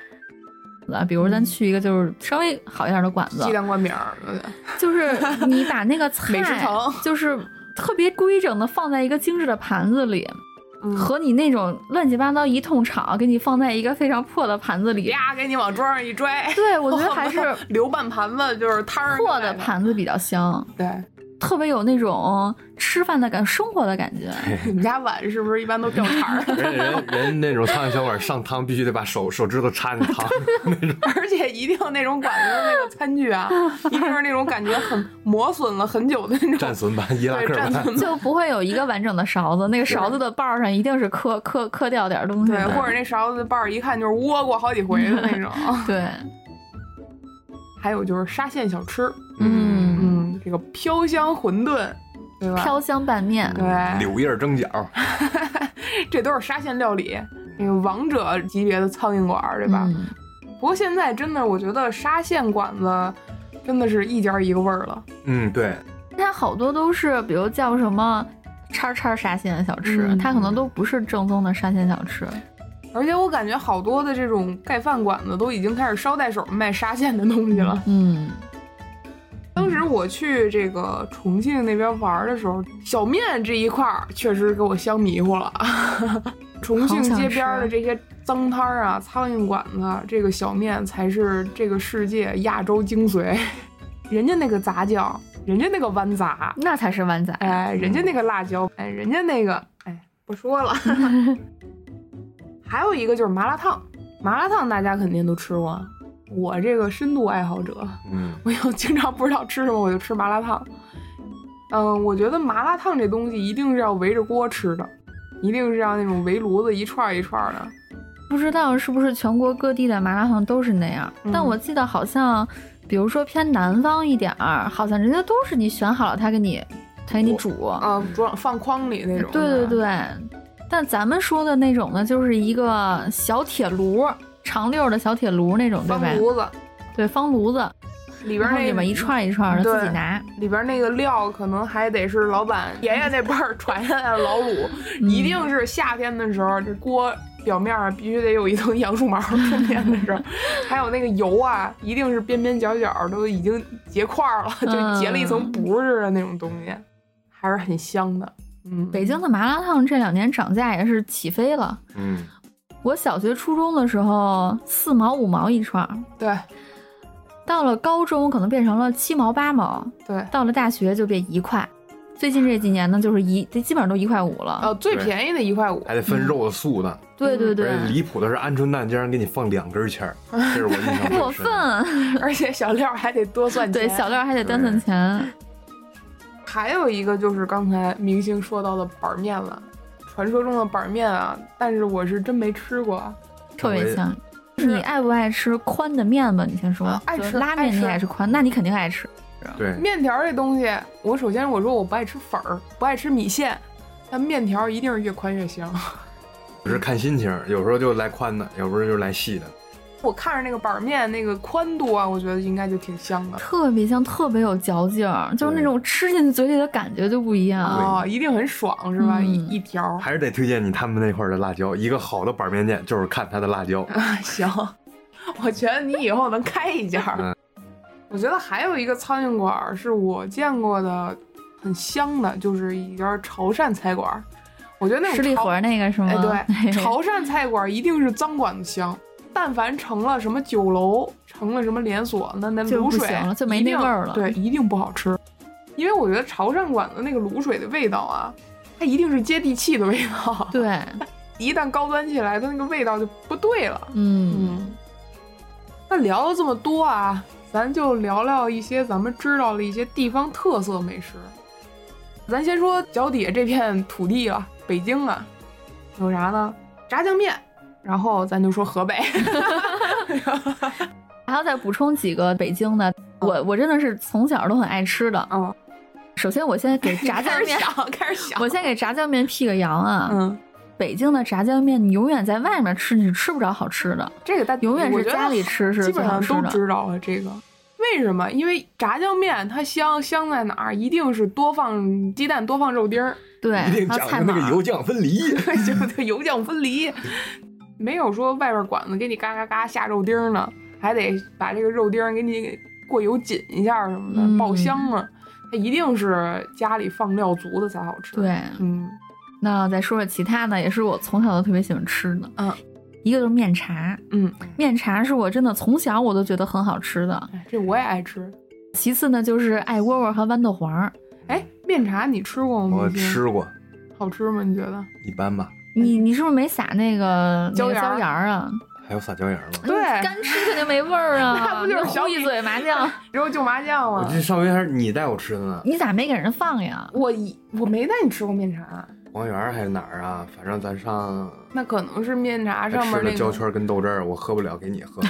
的，比如咱去一个就是稍微好一点的馆子鸡，蛋灌饼儿，对就是你把那个 菜美食城就是特别规整的放在一个精致的盘子里，嗯，和你那种乱七八糟一通炒，给你放在一个非常破的盘子里，呀给你往桌上一拽，对我 觉得还是留半盘子就是汤儿破的，盘子比较香，对，特别有那种吃饭的感、生活的感 觉。你们家碗是不是一般都 掉茬儿？人人 人那种苍蝇小馆上汤必须得把手手指头插进汤， 而且一定那种馆子的那个餐具啊，一定是那种感觉很磨损了很久的那种战损版、伊拉对克战版。损的，就不会有一个完整的勺子，那个勺子的把儿上一定是磕磕磕掉点儿东西对，的，或者那勺子把儿一看就是窝过好几回的那种。对，还有就是沙县小吃，嗯嗯，这个飘香馄饨，对吧？飘香拌面，对，柳叶蒸饺，这都是沙县料理，那个王者级别的苍蝇馆儿，对吧？嗯不过现在真的，我觉得沙县馆子真的是一家一个味儿了。嗯，对，它好多都是，比如叫什么叉叉沙县小吃，嗯它可能都不是正宗的沙县小吃。而且我感觉好多的这种盖饭馆子都已经开始捎带手卖沙县的东西了。嗯，当时我去这个重庆那边玩的时候，小面这一块儿确实给我香迷糊了。 重庆街边儿的这些脏摊儿啊、苍蝇馆子啊，这个小面才是这个世界亚洲精髓。 人家那个杂酱，人家那个豌杂，那才是湾仔。哎，人家那个辣椒，哎，人家那个，哎，不说了。 还有一个就是麻辣烫，麻辣烫大家肯定都吃过啊。我这个深度爱好者，嗯，我有经常不知道吃什么，我就吃麻辣烫。嗯，我觉得麻辣烫这东西一定是要围着锅吃的，一定是要那种围炉子一串儿一串儿的。不知道是不是全国各地的麻辣烫都是那样，嗯但我记得好像，比如说偏南方一点儿，好像人家都是你选好了，他给你，他给你煮。啊，装放筐里那种。对对是吧，对，但咱们说的那种呢，就是一个小铁炉，长溜儿的小铁炉那种，对方吧？炉子对，方炉子，里边然儿后那里面一串儿一串儿的自己对拿，里边儿那个料可能还得是老板爷爷那辈儿传下来的老卤，一嗯定是夏天的时候，这锅表面儿啊必须得有一层杨树毛；春天的 时候，还有那个油啊，一定是边边角角都已经结块儿了，就结了一层嗯不似的那种东西，还是很香的。嗯，北京的麻辣烫这两年涨价也是起飞了。嗯，我小学、初中的时候四毛五毛一串儿，对到了高中可能变成了七毛八毛，对，到了大学就变一块。最近这几年呢，就是一，这基本上都一块五了。呃，最便宜的一块五，还得分肉的、素的，对嗯对对，而且离谱的是鹌鹑蛋竟然给你放两 根签儿，这是我印象最深。过分，而且小料儿还得多算钱。对小料还得单算钱。还有一个就是刚才明星说到的板儿面了，传说中的板儿面啊，但是我是真没吃过啊。特别香。你爱不爱吃宽的面吧？你先说啊，爱吃哦就是拉面你也爱吃宽，那你肯定爱吃。对，面条这东西，我首先我说我不爱吃粉儿，不爱吃米线，但面条一定是越宽越香。 只是看心情，有时候就来宽的，有时候就来细的。我看着那个板儿面那个宽度啊，我觉得应该就挺香的特别香，特别有嚼劲儿，就是那对种吃进嘴里的感觉就不一样。啊、一定很爽是吧？嗯一一条儿还是得推荐你他们那块儿的辣椒，一个好的板面店 嗯就是看它的辣椒。啊，行，我觉得你以后能开一家儿。嗯我觉得还有一个苍蝇馆儿是我见过的很香的，就是一家潮汕菜馆儿。我觉得那十里种潮河那个是吗？哎，对，潮汕菜馆儿一定是脏馆子香。但凡成了什么酒楼，成了什么连锁，那那就卤不水行了就没一那定味儿了对，一定不好吃。因为我觉得潮汕馆子那个卤水的味道啊，它一定是接地气的味道。 对，一旦高端起来，它那个味道就不对了。嗯，嗯，那聊了这么多啊，咱就聊聊一些咱们知道的一些地方特色美食。咱先说脚底下这片土地啊，北京啊，有啥呢？炸酱面，然后咱就说河 北。还要再补充几个北京的，我我真的是从小都很爱吃的。嗯，首先我先给 炸酱面开，始想，开始想。我先给炸酱面辟个谣啊。嗯，北京的炸酱面，你永远在外面吃，你吃不着好吃的。这个大永远我是觉得家里吃是基最本好上吃都的知道了这个。为什么？因为炸酱面它香香在哪儿？一定是多放鸡蛋，多放肉丁儿。对，一定还有讲菜究那码个儿。嗯油酱分离。 就对油酱分离，没有说外边馆子给你嘎嘎嘎下肉丁儿呢，还得把这个肉丁儿给你过油紧一下什么的，嗯爆香啊。它一定是家里放料足的才好吃。，对，嗯那再说说其他的，也是我从小都特别喜欢吃的。嗯，一个就是面茶，嗯，面茶是我真的从小我都觉得很好吃的。哎这我也爱吃。其次呢，就是艾窝窝和豌豆黄儿。哎，面茶你吃过嗯吗？我明星吃过，好吃吗？你觉得？一般吧，你你是不是没撒那个嗯椒那个盐儿椒盐儿啊？还有撒椒盐儿吗？对你干吃肯定没味儿啊！ 那不就是你小糊米一嘴麻酱？然后就麻酱啊我了这。上回还是你带我吃的呢，你咋没给人 放呀？我一我没带你吃过面茶，王源儿还是哪儿啊？反正咱上那可能是面茶还上面吃那了个胶圈儿跟豆汁儿，我喝不了，给你喝了。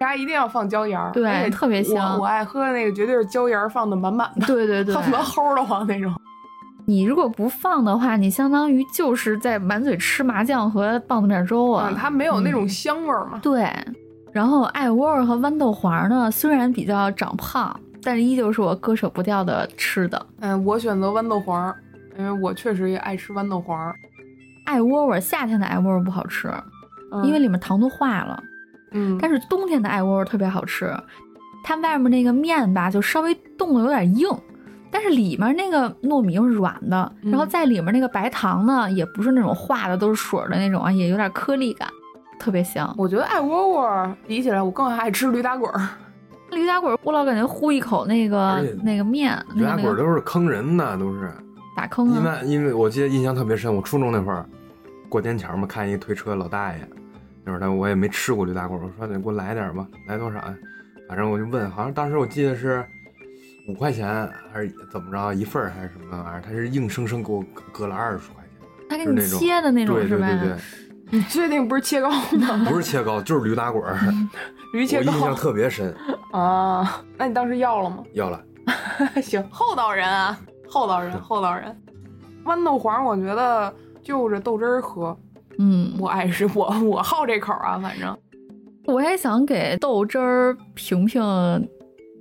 茶一定要放椒盐儿，对而且特别香我我爱喝的那个绝对是椒盐儿放的满满的，对对对，恨不得齁的慌那种。你如果不放的话，你相当于就是在满嘴吃麻酱和棒子面粥啊。嗯，它没有那种香味儿嘛。对，然后艾窝儿和豌豆黄呢，虽然比较长胖，但是依旧是我割舍不掉的吃的。嗯，我选择豌豆黄儿，因为我确实也爱吃豌豆黄儿。艾窝窝夏天的艾窝窝不好吃，嗯因为里面糖都化了，嗯，但是冬天的艾窝窝特别好吃。它外面那个面吧，就稍微冻得有点硬，但是里面那个糯米又是软的，然后嗯在里面那个白糖呢，也不是那种化的都是水儿的那种啊，也有点颗粒感，特别香。我觉得爱窝窝儿比起来，我更爱吃驴打滚儿。驴打滚儿，我老感觉呼一口那个而且那个面，驴打那滚个儿那个都是坑人的，都是。打坑因啊，为因为我记得印象特别深，我初中那会儿过天桥嘛，看一推车老大爷，那会儿他我也没吃过驴打滚儿，我说你给我来点儿吧，来多少呀？反正我就问，好像当时我记得是五块钱还是怎么着一份儿还是什么玩意儿，他是硬生生给我割割了二十块钱，他给是你那种切的那种对是对吧？对对，你确定不是切糕 吗？不是切糕就是驴打滚儿，驴 我切印象糕特别深，啊？那你当时要了吗？ 要了。行，厚道人啊，厚道人，厚道人。豌豆黄儿，我觉得就着豆汁儿喝，嗯，我爱吃，我 我好这口儿啊，反正我还想给豆汁儿评评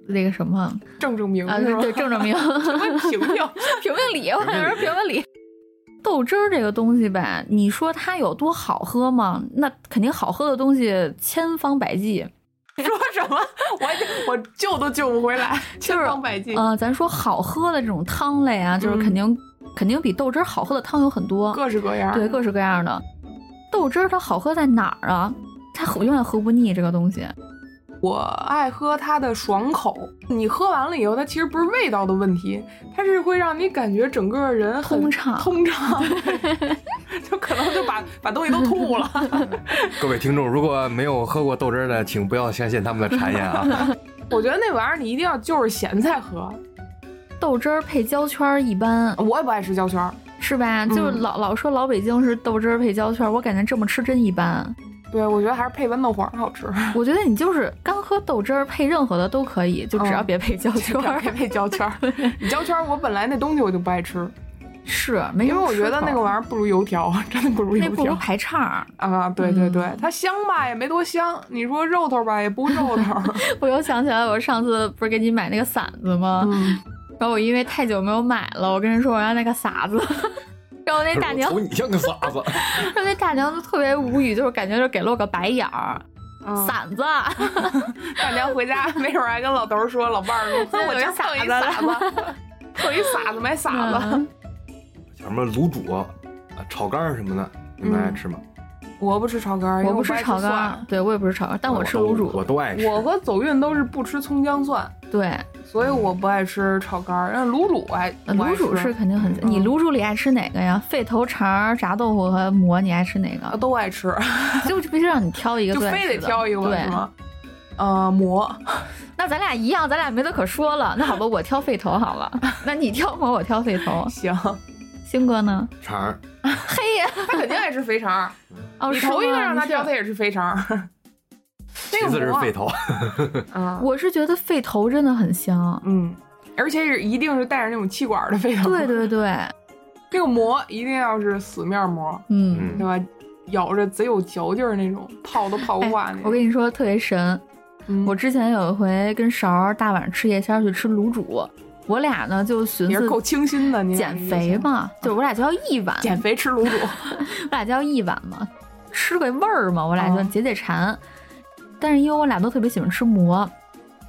那个什么啊，正正名是对吧？ 对，正正名平平， 评评理，我评评想说理评评理。豆汁儿这个东西吧，你说它有多好喝吗？那肯定好喝的东西千方百计。说什 么？我我救都救不回来，千方百计，呃，咱说好喝的这种汤类啊，就是嗯肯定、肯定比豆汁儿好喝的汤有很多。各式各样。对，各式各样的。豆汁儿它好喝在哪儿啊？它喝永远喝不腻这个东西。我爱喝它的爽口，你喝完了以后，它其实不是味道的问题，它是会让你感觉整个人很通畅通畅， 就可能就把把东西都吐了。 各位听众，如果没有喝过豆汁儿的，请不要相信他们的谗 言啊！我觉得那玩意儿你一定要就是咸菜喝，豆汁儿配焦圈儿一般我也不爱吃焦圈儿。是吧？就是嗯老老说老北京是豆汁儿配焦圈儿，我感觉这么吃真一般。对，我觉得还是配豌豆黄好吃，我觉得你就是干喝豆汁儿配任何的都可以，就只要嗯别 配焦圈儿。别配焦圈儿。 焦圈儿我本来那东西我就不爱吃，是，没因为我觉得那个玩意意儿不如油条， 真的不如那油不如条。排叉儿。 啊，对对对嗯，它香吧也没多香，你说肉头吧也不肉头，我又想起来，我上次不是给你买那个馓子吗？嗯，然后我因为太久没有买了，我跟人说我要那个馓子， 然后那哎大我娘瞅你像个傻子。 说那大娘就特别无语，就是感觉就给了我个白眼儿。 嗯馓子，大娘回家没准还跟老头儿说，老伴儿说，对我今儿碰一有傻 子，碰一傻子买傻子。嗯像什么卤煮、啊炒肝儿什么的，你们爱吃吗？ 我不吃炒肝儿，因为我不不吃爱炒肝蒜儿，。对我也不吃炒肝儿，但我吃卤都哦煮。我都爱吃。我和走运都是不吃葱姜蒜，对，所以我不爱吃炒肝儿。但卤煮我爱，我爱呃卤煮吃是肯定很。你卤煮里爱吃哪个呀？肺头肠儿、炸豆腐和馍，你爱吃哪啊个？都爱吃，就必须让你挑一个就最爱吃非的，得挑一个对是，吗？呃， 馍，那咱俩一样，咱俩没得可说了。那好吧，我挑肺头好了。那你挑馍，我挑肺头。行，星哥呢？肠儿，嘿呀，他肯定爱吃肥肠儿。哦，你是头一个吗让他你挑，是他也是肥肠儿。 其那次个是馍肺头，嗯我是觉得肺头真的很香。嗯，而且是一定是带着那种气管儿的肥肠。对，对对，这个馍一定要是死面馍，嗯嗯对，吧？咬着贼有嚼劲儿那种，泡都泡不化那哎我种。跟你说特别神，嗯我之前有一回跟勺儿大晚上吃夜宵去吃卤煮，我俩呢就寻也是思够清新的，你俩减肥嘛，就是我俩就要一碗，这就行？减肥吃卤煮，我 俩就要一碗嘛，吃个味儿嘛，我俩就哦解解馋。但是因为我俩都特别喜欢吃馍，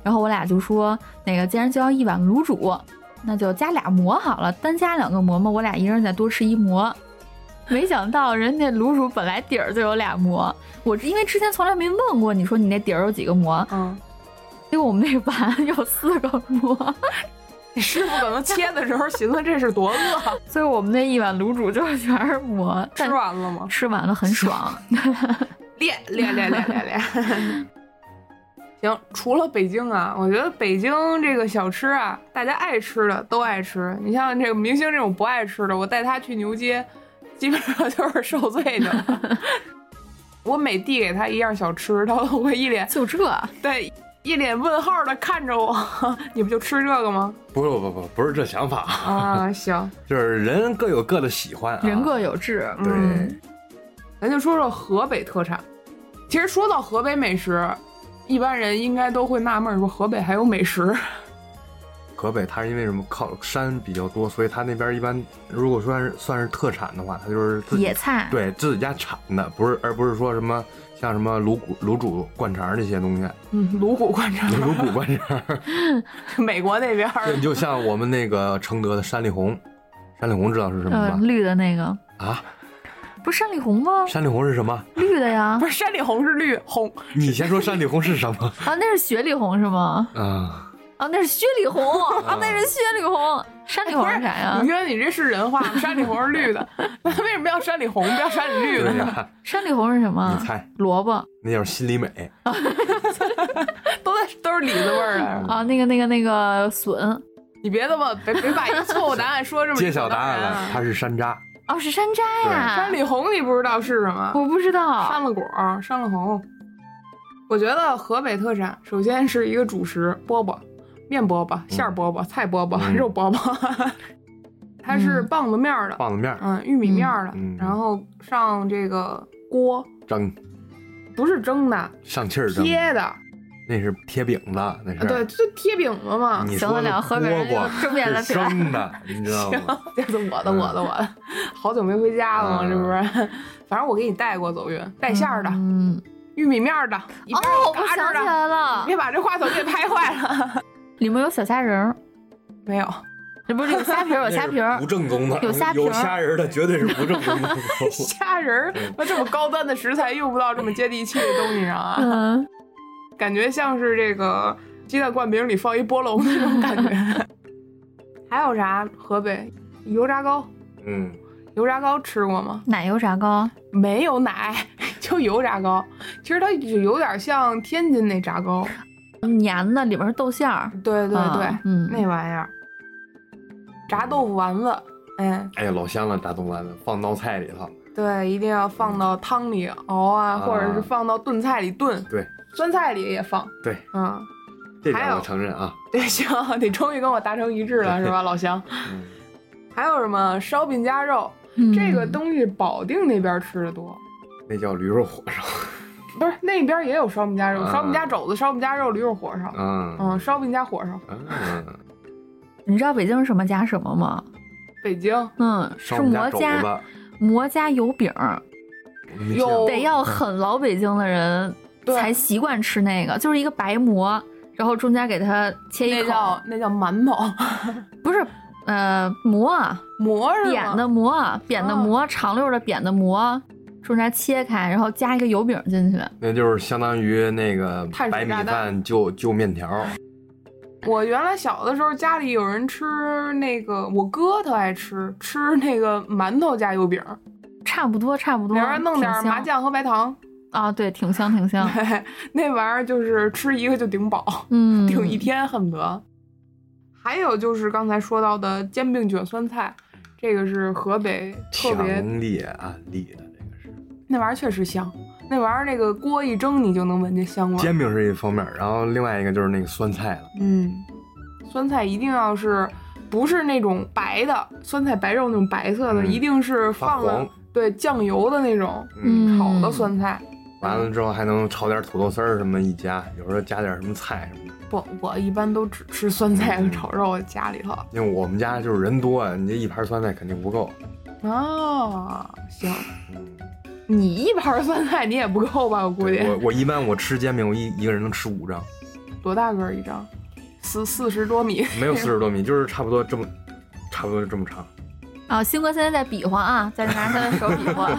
然后我俩就说那个既然就要一碗卤煮，那就加俩馍好了，单加两个馍嘛，我俩一人再多吃一馍。没想到人家卤煮本来底儿就有俩馍，我因为之前从来没问过你说你那底儿有几个馍， 嗯，结果我们那碗 有四个馍，师傅可能切的时候寻思这是多 饿，所以我们那一碗卤煮就是全是馍，吃但完了吗？吃完了很爽。练练练练练练。 行，除了北京啊，我觉得北京这个小吃啊，大家爱吃的都爱吃。你像这个明星这种不爱吃的，我带他去牛街，基本上就是受罪去 了。我每递给他一样小吃，他都会一脸 就这，对一脸问号的看着我， 你不就吃这个吗？ 不不不不不是这想法 啊，啊，行，就是人各有各的喜欢、啊，人各有志。对、嗯咱就说说河北特产。其实说到河北美食，一般人应该都会纳闷儿说河北还有美食。河北，它是因为什么靠山比较多，所以它那边一般如果说是算是特产的话，它就是自己野菜，对自己家产的，不是而不是说什么像什么卤骨、卤煮、灌肠这些东西，嗯，颅骨灌肠，卤骨灌肠，美国那边儿 对，就像我们那个承德的山里红，山里红知道是什么呃，吗？绿的那个啊，不是山里红吗？山里红是什么？绿的呀不，是山里红是绿红，你先说山里红是什么？ 啊，那是雪里红是吗？啊，啊，那是雪里红，啊，那是雪里红，山里红是啥呀你？觉得你这是人话吗？山里红是绿 的，那为什么要山里红，不要山里绿对的？呀，山里红是什么你？猜，萝卜那叫心里美。都在都是李子味儿 的。啊，那个那个那个笋你别这么别别把一个错误答案说这么揭晓答案理所当然了，啊它是山楂。哦，是山楂呀，山里红你不知道是什么？我不知道山了果儿，山了红。我觉得河北特产首先是一个主食饽饽，面饽饽、馅儿饽饽、菜饽饽、嗯肉饽饽， 它是嗯棒子面儿的，棒子面儿嗯，玉米面儿的，嗯嗯然后上这个锅，嗯蒸不是蒸的，上气儿蒸，贴的，啊那是贴饼子，那是。对，，就贴饼子嘛。 你呃行说了的两个河北人饽饽就正面了是起来 生的，你知道吗？这是我的，我的，我的，好久没回家了嘛，嗯这不是？ 反正我给你带过走运，带馅儿的，嗯，玉米面儿的，一边哦，有我嘎吱想起的，来了，别把这话筒给拍坏了。 里面有小虾仁儿，没有，这不是有虾皮儿，有虾皮那是儿不，正宗的，有虾皮儿有虾仁儿的绝对是不正宗的。虾仁儿，那这么高端的食材用不到这么接地气的东西上啊， 嗯，感觉像是这个鸡蛋灌饼里放一菠萝那种感 觉。还有啥？河北油炸糕，嗯，油炸糕吃过吗？奶油炸糕，没有奶， 就油炸糕。其实它就有点像天津那炸糕，嗯黏的，里面是豆馅儿，对对对，啊嗯那玩意儿，炸豆腐丸子，哎，哎呀，老香了，大东丸子放捞菜里头，对，一定要放到汤里熬啊，啊或者是放到炖菜里炖，对酸菜里也放，对，嗯，这还点有我承认啊。 对，行，你终于跟我达成一致了，是吧，老乡？嗯还有什么烧饼夹肉，嗯这个东西保定那边吃的多。那叫驴肉火烧，不是那边也有烧饼夹肉、啊烧饼夹肘子、烧饼夹肉、驴肉火烧，嗯嗯，烧饼夹火烧。嗯，你知道北京是什么加什么吗？北京嗯，是烧我们馍家肘加子，馍加油饼儿，我没见有过得要很老北京的人对才习惯吃那个，就是一个白馍，然后中间给它切一那口，叫那叫馒头，不是，呃，馍啊，馍是扁吗的馍啊，扁的哦馍，长溜儿的扁的馍，中间切开，然后加一个油饼进去。那就是相当于那个碳水白米炸弹饭就就面条儿，我原来小的时候，家里有人吃那个，我哥特爱吃吃那个馒头加油饼，差不多，差不多。里边弄点挺香麻酱和白糖，啊，对，挺香，挺香。那玩意儿就是吃一个就顶饱，嗯，顶一天恨不得。还有就是刚才说到的煎饼卷酸菜，这个是河北特别，强烈案例的这个是。那玩意儿确实香，那玩意儿那个锅一蒸你就能闻见香味儿。煎饼是一方面，然后另外一个就是那个酸菜了。嗯，酸菜一定要是不是那种白的酸菜白肉那种白色的，嗯一定是发放了黄对酱油的那种嗯嗯炒的酸菜。完了之后还能炒点土豆丝儿什么的一加，有时候加点什么菜什么的。不，我一般都只吃酸菜嗯和炒肉，家里头。因为我们家就是人多啊，你这一盘酸菜肯定不够。哦，行，嗯， 你一盘酸菜你也不够吧？我估计对我我一般我吃煎饼，我一一个人能吃五张，多大个儿一张？四四十多米， 没有四十多米，就是差不多这么，差不多就这么长。啊，新哥现在在比划啊，在拿他的手比划。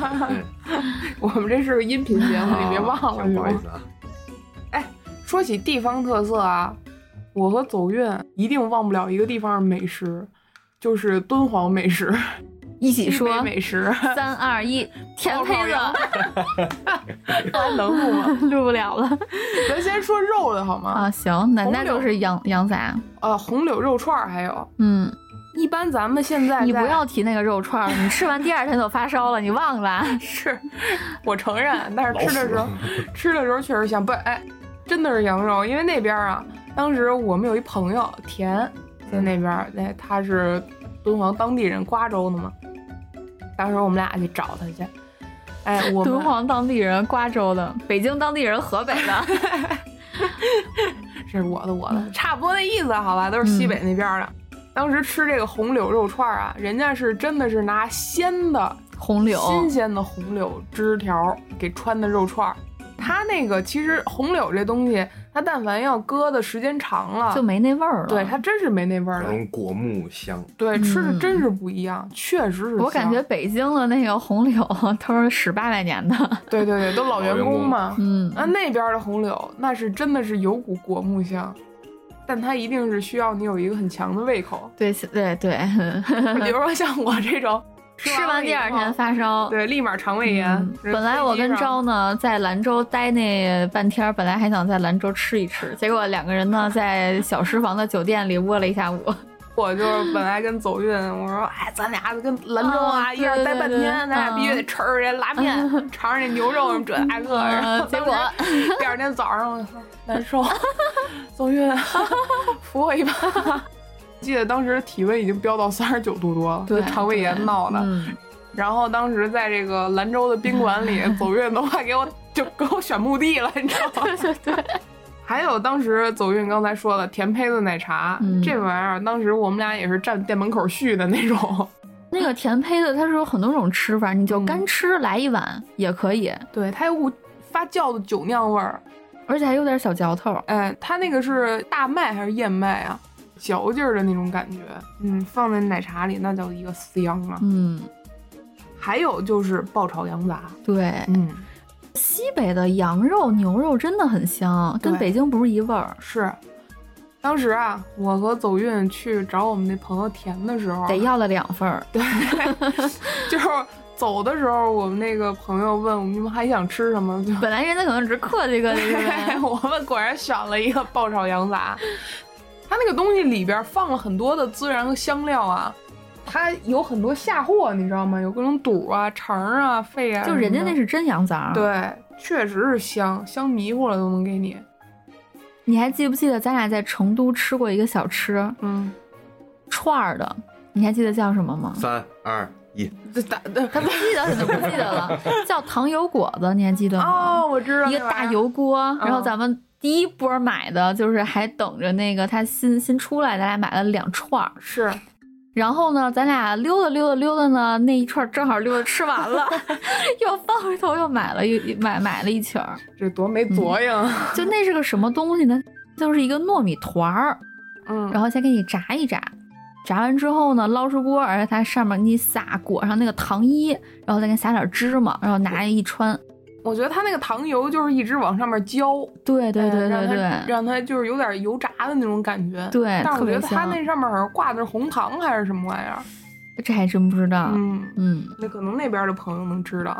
对，我们这是个音频节目，你别忘了。啊行不好行吗意思啊，说起地方特色啊，我和走运一定忘不了一个地方的美食，就是敦煌美食。 一起西北说，美食，三 二一，甜胚我老子还能录吗？录不了了咱先说肉的好吗？啊。行，那红那柳就是羊羊杂。呃，红柳肉串儿还有，嗯，一般咱们现在你在不要提那个肉串了，你吃完第二天就发烧了，你忘了？ 是，我承认，但老是吃的死时候了 吃的时候确实香，不哎，真的是羊肉，因为那边儿啊，当时我们有一朋友田在那边儿，那、他是敦煌当地人，瓜州的嘛，当时我们俩去找他去，哎，我敦们煌当地人，瓜州的，北京当地人，河北 的。这是我的，我的，嗯差不多那意思，好吧，都是西北那边儿的。当时吃这个红柳肉串儿啊，人家是真的是拿鲜的红柳，新鲜的红柳枝条给穿的肉串儿。它那个其实红柳这东西，它但凡要搁的时间长了，就没那味儿了。啊对它真是没那味儿那了。种果木香，？对，吃着嗯真是不一样，确实是香。我感觉北京的那个红柳都是十八百年的，对对对，都老员工嘛。嗯，那那边的红柳，那是真的是有股果木香，但它一定是需要你有一个很强的胃 口。对对对，比如说像我这种，吃完完了第以二后天发烧。对，立马肠胃炎。嗯人本来我跟飞机上昭呢在兰州待那半天儿，本来还想在兰州吃一吃，结果两个人呢在小食房的酒店里窝了一下午。我就本来跟走运，我说哎，咱俩跟兰州啊、啊一人对待半对天，对咱俩必须得吃着这拉面， 尝着这牛肉什么这那个，嗯然 后结果当时第二天早上我 操难受，走运 扶我一把。记得当时体温已经飙到三十九度多了，对就肠胃炎闹的。 嗯，然后当时在这个兰州的宾馆 里，走运都快给我就给我选墓地了，你知道吗？对对对，还有当时走运刚才说的甜胚子奶茶、嗯这玩意儿，当时我们俩也是站店门口续的那 种。那个甜胚的它是有很多种吃法，你就嗯干吃来一碗也可以，对，它有股发酵的酒酿味儿。而且还有点小嚼头。哎，它那个是大麦还是燕麦啊？嚼劲儿的那种感觉。嗯，放在奶茶里那叫一个香啊。嗯，还有就是爆炒羊杂。对，嗯，西北的羊肉、牛肉真的很香，跟对北京不是一味儿，是。当时啊，我和走运去找我们那朋友田的时候，得要了两份儿。 就是走的时候，我们那个朋友问我们你们还想吃什么，就 本来人家可能只是客气客气，对吧我们果然选了一个爆炒羊杂，它那个东西里边放了很多的孜然和香料啊，它有很多下货，你知道吗？有各种肚啊、肠啊、肺啊什就么的，人家那是真羊杂。，对，确实是香，香迷糊了都能给你。你还记不记得咱俩在成都吃过一个小吃嗯，串儿的？你还记得叫什 么吗三二一，这打这他不记得，他都不记得了，叫糖油果子，你还记得吗？哦，我知道一个那玩意儿大油锅，然嗯后咱们第一波买的就是还等着那个它新新出来，咱俩买了两串儿，是然后呢，咱俩溜达溜达溜达呢，那一串正好溜达吃 完了，又翻回头又买了一买买了一曲儿，这多没嗯作用。啊就那是个什么东西呢？就是一个糯米团儿， 嗯，然后先给你炸一炸，炸完之后呢，捞出锅，而且它上面给你撒裹上那个糖衣，然后再给你撒点芝麻，然后拿一穿。我觉得它那个糖油就是一直往上面浇，对对 哎对让对它对让它就是有点油炸的那种感觉。对，但是我特觉别得它香。啊那上面好像挂的是红糖还是什么玩意儿。这还真不知道。嗯，嗯，那可能那边的朋友能知道。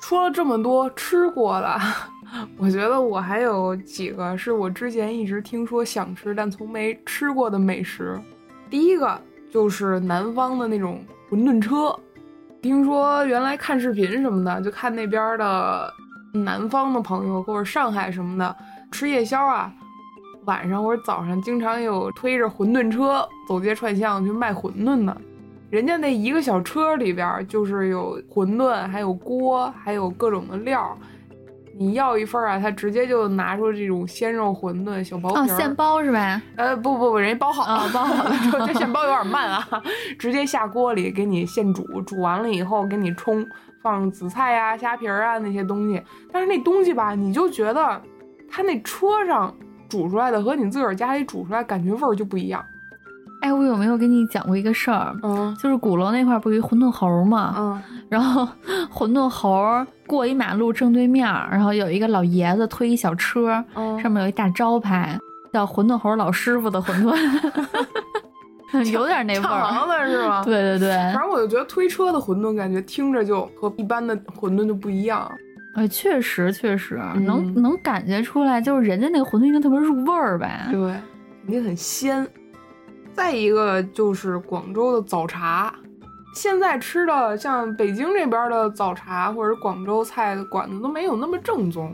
说了这么多吃过的， 我觉得我还有几个是我之前一直听说想吃但从没吃过的美食。第一个就是南方的那种馄饨车，听说原来看视频什么的，就看那边的南方的朋友或者上海什么的吃夜宵啊，晚上或者早上经常有推着馄饨车走街串巷去卖馄饨的。人家那一个小车里边儿就是有馄饨，还有锅，还有各种的料儿。你要一份儿啊，他直接就拿出这种鲜肉馄饨、小薄皮哦，儿、现包是吧？呃，不不不，人家包好了，啊包好了 这现包有点慢啊，直接下锅里给你现煮，煮完了以后给你冲，放紫菜呀、虾皮儿啊那些东西。但是那东西吧，你就觉得它那车上煮出来的和你自个儿家里煮出来感觉味儿就不一样。哎，我有没有跟你讲过一个事儿？嗯就是鼓楼那块儿不有一馄饨侯吗？嗯，然后 馄饨侯儿过一马路正对面儿，然后有一个老爷子推一小车，嗯上面有一大招牌，叫“馄饨侯老师傅”的馄 饨，有点那味唱儿。行的是吗？。对对对，反正我就觉得推车的馄饨感觉听着就和一般的馄饨就不一样。哎，确实确实嗯能能感觉出来，就是人家那个馄饨一定特别入味儿呗。对，肯定很鲜。再一个就是广州的早茶，现在吃的像北京这边的早茶或者广州菜馆子都没有那么正宗。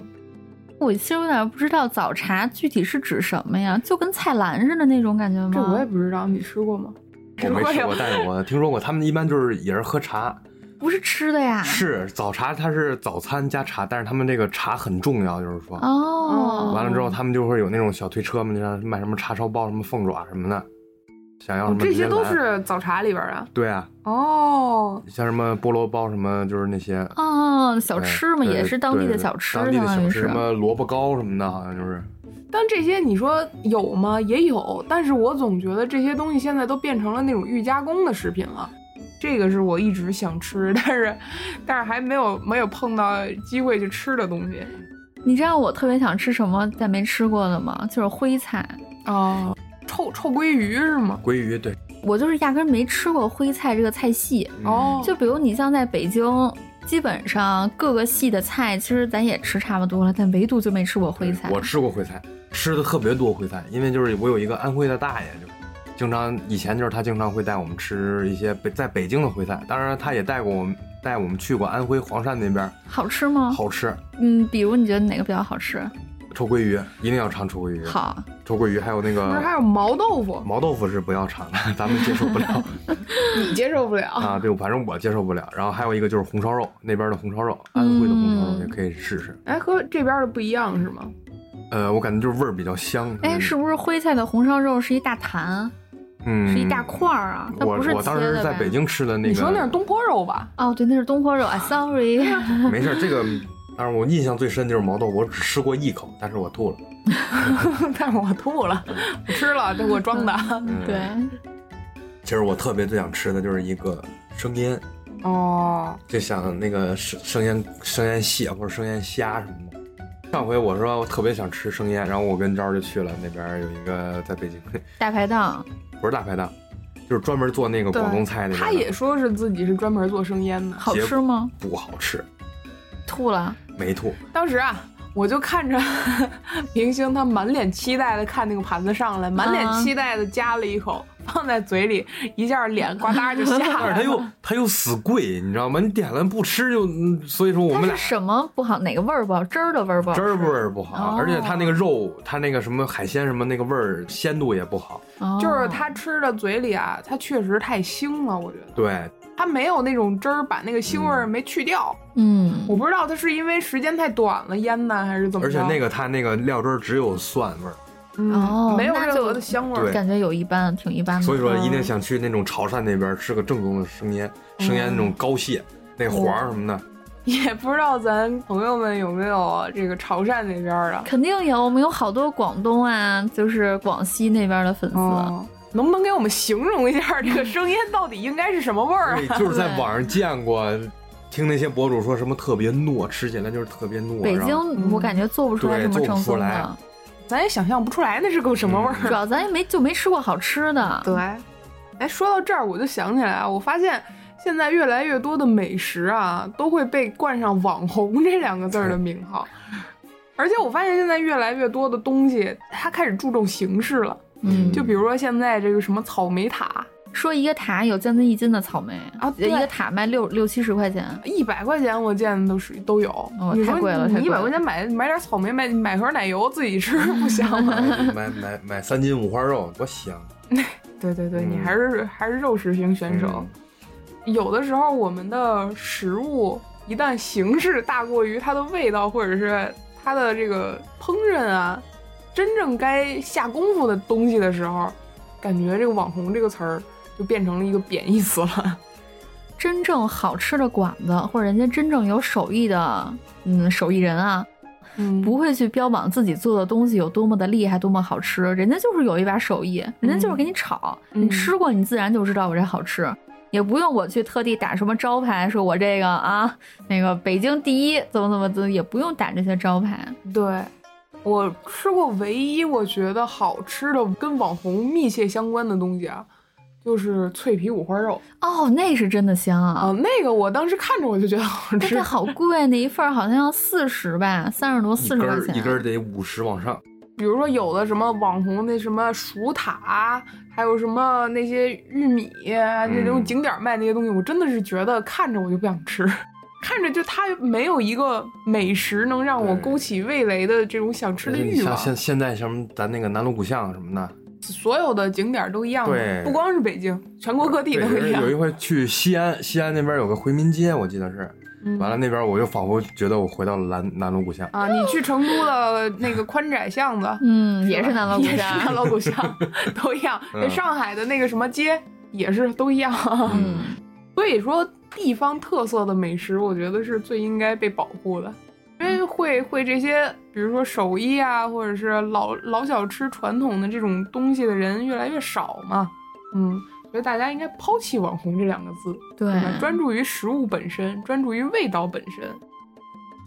我其实有点不知道早茶具体是指什么呀，就跟菜篮似的那种感觉吗？这我也不知道，你吃过吗？ 我没吃 过，但是我听说过，他们一般就是也是喝茶，不是吃 的呀。是早茶，它是早餐加茶，但是他们这个茶很重要，就是说，哦，完了之后他们就会有那种小推车嘛，就像卖什么叉烧包、什么凤爪什么的，想要什哦么这直接些都来是早茶里边的。对啊，哦，像什么菠萝包什么，就是那些哦，小对吃嘛，哎对也是当地对的小吃，当地相的当小于吃是什。么萝卜糕什么的，好像就是但这些你说有吗？也有，但是我总觉得这些东西现在都变成了那种预加工的食品了。这个是我一直想吃，但是但是还没有没有碰到机会去吃的东西。你知道我特别想吃什么但没吃过的吗？就是徽菜，哦，臭臭鲑鱼是吗？鲑鱼，对，我就是压根儿没吃过徽菜这个菜系。嗯哦，就比如你像在北京，基本上各个系的菜，其实咱也吃差不多了，但唯独就没吃过徽菜。我吃过烩菜，吃的特别多烩菜，因为就是我有一个安徽的大爷，就是经常以前就是他经常会带我们吃一些北在北京的烩菜，当然他也带过我们带我们去过安徽黄山那边，好吃吗？好吃，嗯，比如你觉得哪个比较好吃？臭鳜鱼一定要尝臭鳜鱼，好，臭鳜鱼还有那不是还个有毛豆腐，毛豆腐是不要 尝的，咱们接受不了你接受不哦了。啊，对，反正我接受不了。然后还有一个就是红烧肉，那边的红烧肉，安徽的红烧嗯肉也可以试试，哎，和这边的不一样是吗？呃，我感觉就是味儿比较香，哎，嗯是不是徽菜的红烧肉是一大坛，嗯是一大。块儿啊？它我不是我当切时的在呗北京吃的那个，你说那是东坡肉吧？哦，对，那是东坡肉啊，sorry。没事儿，这个，但是我印象最深就是毛豆，我只吃过一口，但是我吐了。 但是我吐了，我吃了，这我装的。嗯 对，，其实我特别最想吃的就是一个生腌， 哦，就想那个生生腌生腌蟹或者生腌虾什么的。上回我说我特别想吃生腌，然后我跟昭儿就去了那边儿有一个在北京， 大排档，不是大排档，就是专门做那个对广东菜那边的。他也说是自己是专门做生腌的。好结吃吗？不好吃，吐了。没吐。当时啊，我就看着 明星他满脸期待的看那个盘子上来，满脸啊期待的夹了一口，放在嘴里，一下脸呱嗒就下但是来他了。又他又死贵，你知道吗？你点了不吃就，嗯所以说我它们是俩什么不好？哪个味儿不好？汁儿的味儿不好汁吃？儿味儿不好，哦而且它那个肉，它那个什么海鲜什么那个味儿鲜度也不好。哦就是他吃的嘴里啊，它确实太腥了，我觉得对，它没有那种汁儿把那个腥味儿嗯没去掉。嗯，我不知道它是因为时间太短了腌的，还是怎么而着。且那个它那个料汁儿只有蒜味儿，嗯哦没有那任就何的香味儿对。感觉有一般，挺一般的。所以说一定想去那种潮汕那边吃个正宗的生腌，生腌那嗯种高蟹，那黄儿什么的，也不知道咱朋友们有没有这个潮汕那边儿的。肯定有，我们有好多广东啊，就是广西那边的粉丝。哦，能不能给我们形容一下 这个生腌到底应该是什么味儿啊？对就是在网上见过，听那些博主说什么特别糯，吃起来就是特别糯。北然后京我感觉做不出来嗯对什么做不正出宗来的，咱也想象不出来那是个什么味儿。啊主要咱也没就没吃过好吃的。对，哎，说到这儿我就想起来啊，我发现现在越来越多的美食啊，都会被冠上“网红”这两个字儿的名号。而且我发现现在越来越多的东西，它开始注重形式了。嗯，就比如说现在这个什么草莓塔，说一个塔有将近一斤的草莓啊对一个塔卖六六七十块钱。一百块钱我见的都是都有。哦你太说贵了太你一贵百了块钱买买点草莓，买买盒奶油自己吃 不香吗？买买买买三斤五花肉，多香！对对对，你嗯还是还是肉食型选手。嗯有的时候我们的食物一旦形式大过于它的味道，或者是它的这个烹饪啊，真正该下功夫的东西的时候，感觉这个“网红”这个词儿就变成了一个贬义词了。真正好吃的馆子，或者人家真正有手艺的，嗯，手艺人啊，嗯不会去标榜自己做的东西有多么的厉害、多么好吃，人家就是有一把手艺，人家就是给你炒，嗯你吃过你自然就知道我这好吃，也不用我去特地打什么招牌，说我这个啊，那个北京第一，怎么怎么怎么，也不用打这些招牌。对，我吃过唯一我觉得好吃的跟网红密切相关的东西啊，就是脆皮五花肉哦，那是真的香啊、啊！那个我当时看着我就觉得好但吃是。好贵，那一份儿好像要四十吧，三十多、一四根十块儿钱。一根儿得五十往上，比如说有的什么网红那什么薯塔，还有什么那些玉米，啊那嗯种景点卖那些东西，我真的是觉得看着我就不想吃， 看着就它没有一个美食能让我对勾起味蕾的这种想吃的你欲像望。现现在什么咱那个南锣鼓巷什么的，所有的景点都一样的，对不光是北京，全国各地对都一样有。一回去西安，西安那边有个回民街，我记得是，嗯完了那边我就仿佛觉得我回到了南南锣鼓巷。啊，你去成都的那个宽窄巷子。嗯，也是南锣鼓也是巷。南锣鼓巷， 都一样。嗯上海的那个什么街也是都一样。嗯，所以说，地方特色的美食，我觉得是最应该被保护的，因嗯为会会这些，比如说手艺啊，或者是老老小吃传统的这种东西的人越来越少嘛。嗯，所以大家应该抛弃“网红”这两个字，对吧，专注于食物本身，专注于味道本身。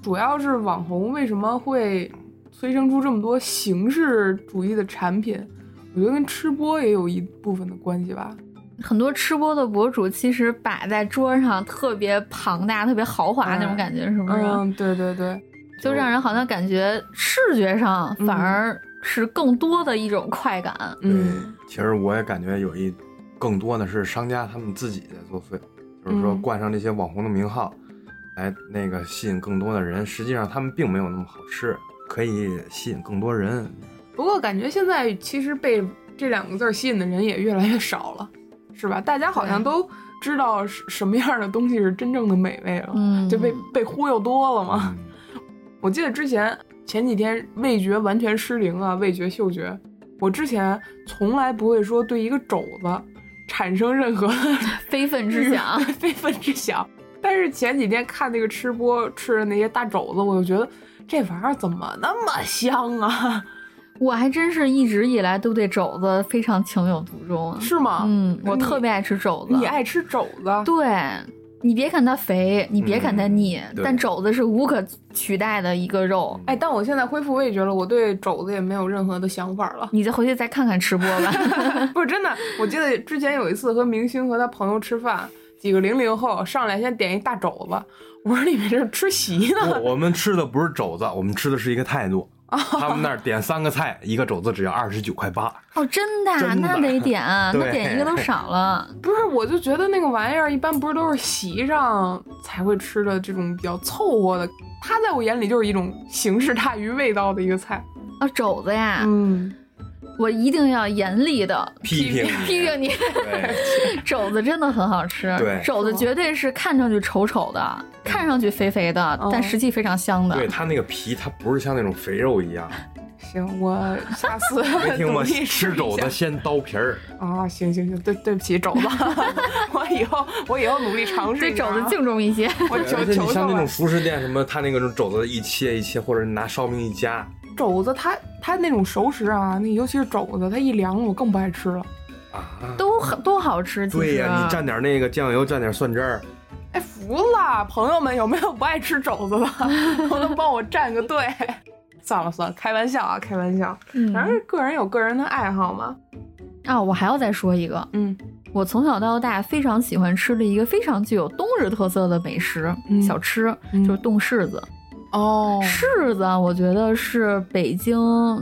主要是网红为什么会催生出这么多形式主义的产品？我觉得跟吃播也有一部分的关系吧。很多吃播的博主其实摆在桌上特别庞大、特别豪华那种感觉，是啊不是？嗯，对对对。就让人好像感觉视觉上嗯反而是更多的一种快感。嗯，对，其实我也感觉有一更多的是商家他们自己在作祟，就是说嗯冠上这些网红的名号，来那个吸引更多的人。实际上他们并没有那么好吃，可以吸引更多人。不过感觉现在其实被这两个字儿吸引的人也越来越少了，是吧？大家好像对都知道是什么样的东西是真正的美味了，嗯，就被被忽悠多了嘛。嗯 我记得之前前几天味觉完全失灵啊，味觉、嗅觉，我之前从来不会说对一个肘子产生任何的。非分之想 非分之想。但是前几天看那个吃播吃的那些大肘子，我就觉得这玩意儿怎么那么香啊？我还真是一直以来都对肘子非常情有独钟啊。是吗？嗯，我你特别爱吃肘子。你爱吃肘子？ 对。你别看它肥，你别看它腻，嗯对但肘子是无可取代的一个肉。。哎，但我现在恢复味觉了，我对肘子也没有任何的想法了你再回去再看看吃播吧。 不是真的，我记得之前有一次和明星和他朋友吃饭，几个零零后上来先点一大肘子，我说你们这是吃席呢？我我们吃的不是肘子，我们吃的是一个态度。哦他们那儿点三个菜，一个肘子只要二十九块八。 哦，真的啊，真的那得点，那对点一个都少了。 不是，我就觉得那个玩意儿一般不是都是席上才会吃的这种比较凑合的，它在我眼里就是一种形式大于味道的一个菜。啊，肘子呀，嗯，我一定要严厉的批评你 批评你， 对， 肘子真的很好吃。对肘子绝对是嗯看上去丑丑的，看上去肥肥的，嗯但实际非常香的。对它那个皮，它不是像那种肥肉一样，行，我下次 没听努过力吃一肘下子先刀皮儿，啊！行行行，对对不起，肘子， 我以后我以后努力尝试对一下肘啊。子敬重一些。我而求且求你像求那种了。熟食店什么，他那个肘子一切一切，或者你拿烧饼一夹，肘子它它那种熟食啊，那尤其是肘子，它一凉了我更不爱吃了。啊， 都很都好吃，其实对呀、你蘸点那个酱油，蘸点蒜汁儿，哎，服了，朋友们有没有不爱吃肘子的？ 都能帮我站个队。 算了算了，开玩笑啊，开玩笑。嗯反正个人有个人的爱好嘛。啊、我还要再说一个，嗯，我从小到大非常喜欢吃的一个非常具有冬日特色的美食、嗯小吃，嗯就是冻柿子。哦柿子，啊我觉得是北京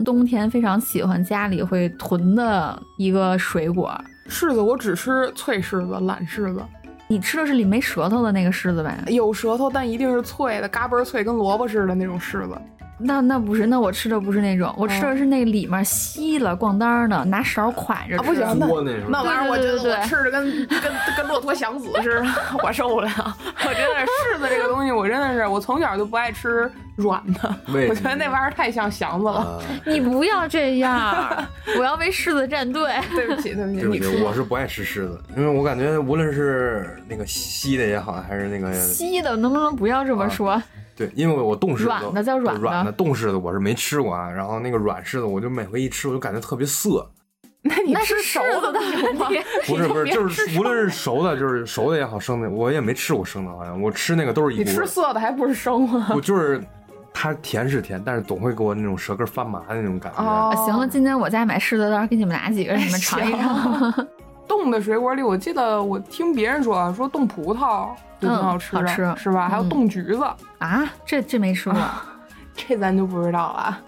冬天非常喜欢家里会囤的一个水果。柿子我只吃脆柿子、懒柿子，你吃的是里没舌头的那个柿子呗？有舌头但一定是脆的，嘎嘣儿脆，跟萝卜似的那种柿子。那那不是，那我吃的不是那种，我哦吃的是那里面稀了咣当的，拿勺蒯着吃。啊不行 那嘬那时候那玩意儿我觉对对得对我吃着跟跟跟骆驼祥子似的， 我受不了。我真的是柿子这个东西，我真的是我从小就不爱吃软的，为我觉得那玩意儿太像祥子了。啊，你不要这样，我要为柿子站队。 对不起，对不起，对不你起，出我是不爱吃柿子，因为我感觉无论是那个稀的也好，还是那个稀的能不能不要啊这么说？对，因为我冻柿子软的叫软软的的冻柿子我是没吃过啊，然后那个软柿子我就每回一吃我就感觉特别涩，那你那吃是熟柿子的的不行吗问？ 题， 不是不是，你就别吃是无论是熟的，就是熟的也好，生的我也没吃过生的，好像我吃那个都是一你股味吃儿，涩的还不是生 吗？我就是它甜是甜，但是总会给我那种舌根发麻的那种感觉。哦啊，行了，今天我家买柿子，到时候给你们拿几个，你们尝一尝。冻的水果里，我记得我听别人说啊，说冻葡萄就挺好吃的，嗯好吃是吧？还有嗯冻橘子，啊，这这没吃过，啊这咱就不知道了。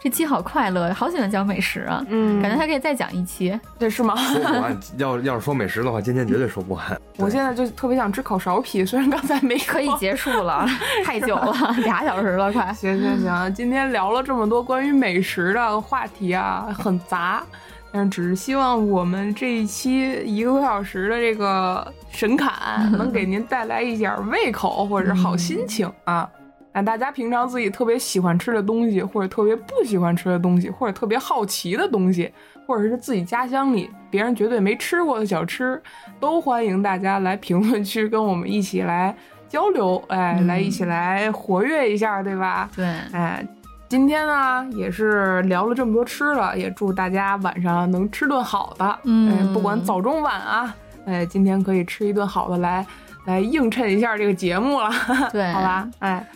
这期好快乐，好喜欢讲美食啊，嗯感觉还可以再讲一期。这是吗？说不完，要要是说美食的话，今天绝对说不完。 我现在就特别想吃烤苕皮，虽然刚才没说可以结束 了，太久了，俩小时了，快。行行行，今天聊了这么多关于美食的话题啊，很杂，但只是希望我们这一期一个多小时的这个神侃，能给您带来一点胃口或者是好心情啊。那大家平常自己特别喜欢吃的东西，或者特别不喜欢吃的东西，或者特别好奇的东西，或者是自己家乡里别人绝对没吃过的小吃，都欢迎大家来评论区跟我们一起来交流，哎，嗯来一起来活跃一下， 对吧？对，哎，今天呢也是聊了这么多吃的，也祝大家晚上能吃顿好的，嗯哎不管早中晚啊，哎，今天可以吃一顿好的来来映衬一下这个节目了，对好吧，哎。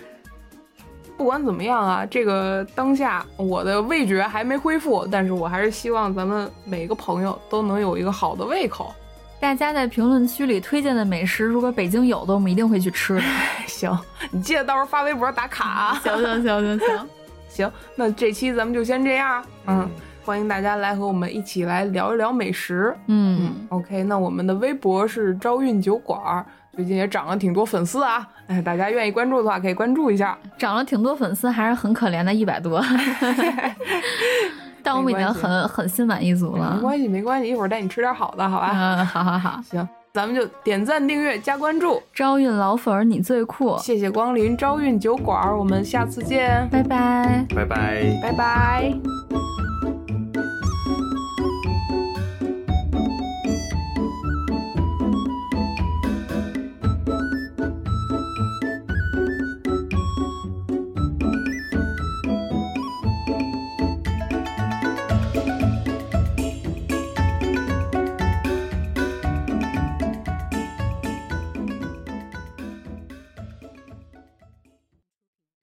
不管怎么样啊，这个当下我的味觉还没恢复，但是我还是希望咱们每个朋友都能有一个好的胃口。大家在评论区里推荐的美食，如果北京有的，我们一定会去吃 的。哎行，你记得到时候发微博打卡啊。行行行行行，行，那这期咱们就先这样，嗯嗯，欢迎大家来和我们一起来聊一聊美食。嗯， OK，那我们的微博是朝韵酒馆儿，最近也涨了挺多粉丝啊，哎，大家愿意关注的话可以关注一下。涨了挺多粉丝，还是很可怜的，一百 多。 但我们已没经关系很很心满意足没了。关系，没关系，一会儿带你吃点好的，好吧？嗯，好好好， 行，咱们就点赞、订阅、加关注，朝韵老粉儿你最酷，谢谢光临朝韵酒馆儿，我们下次见，拜拜。拜拜。拜拜。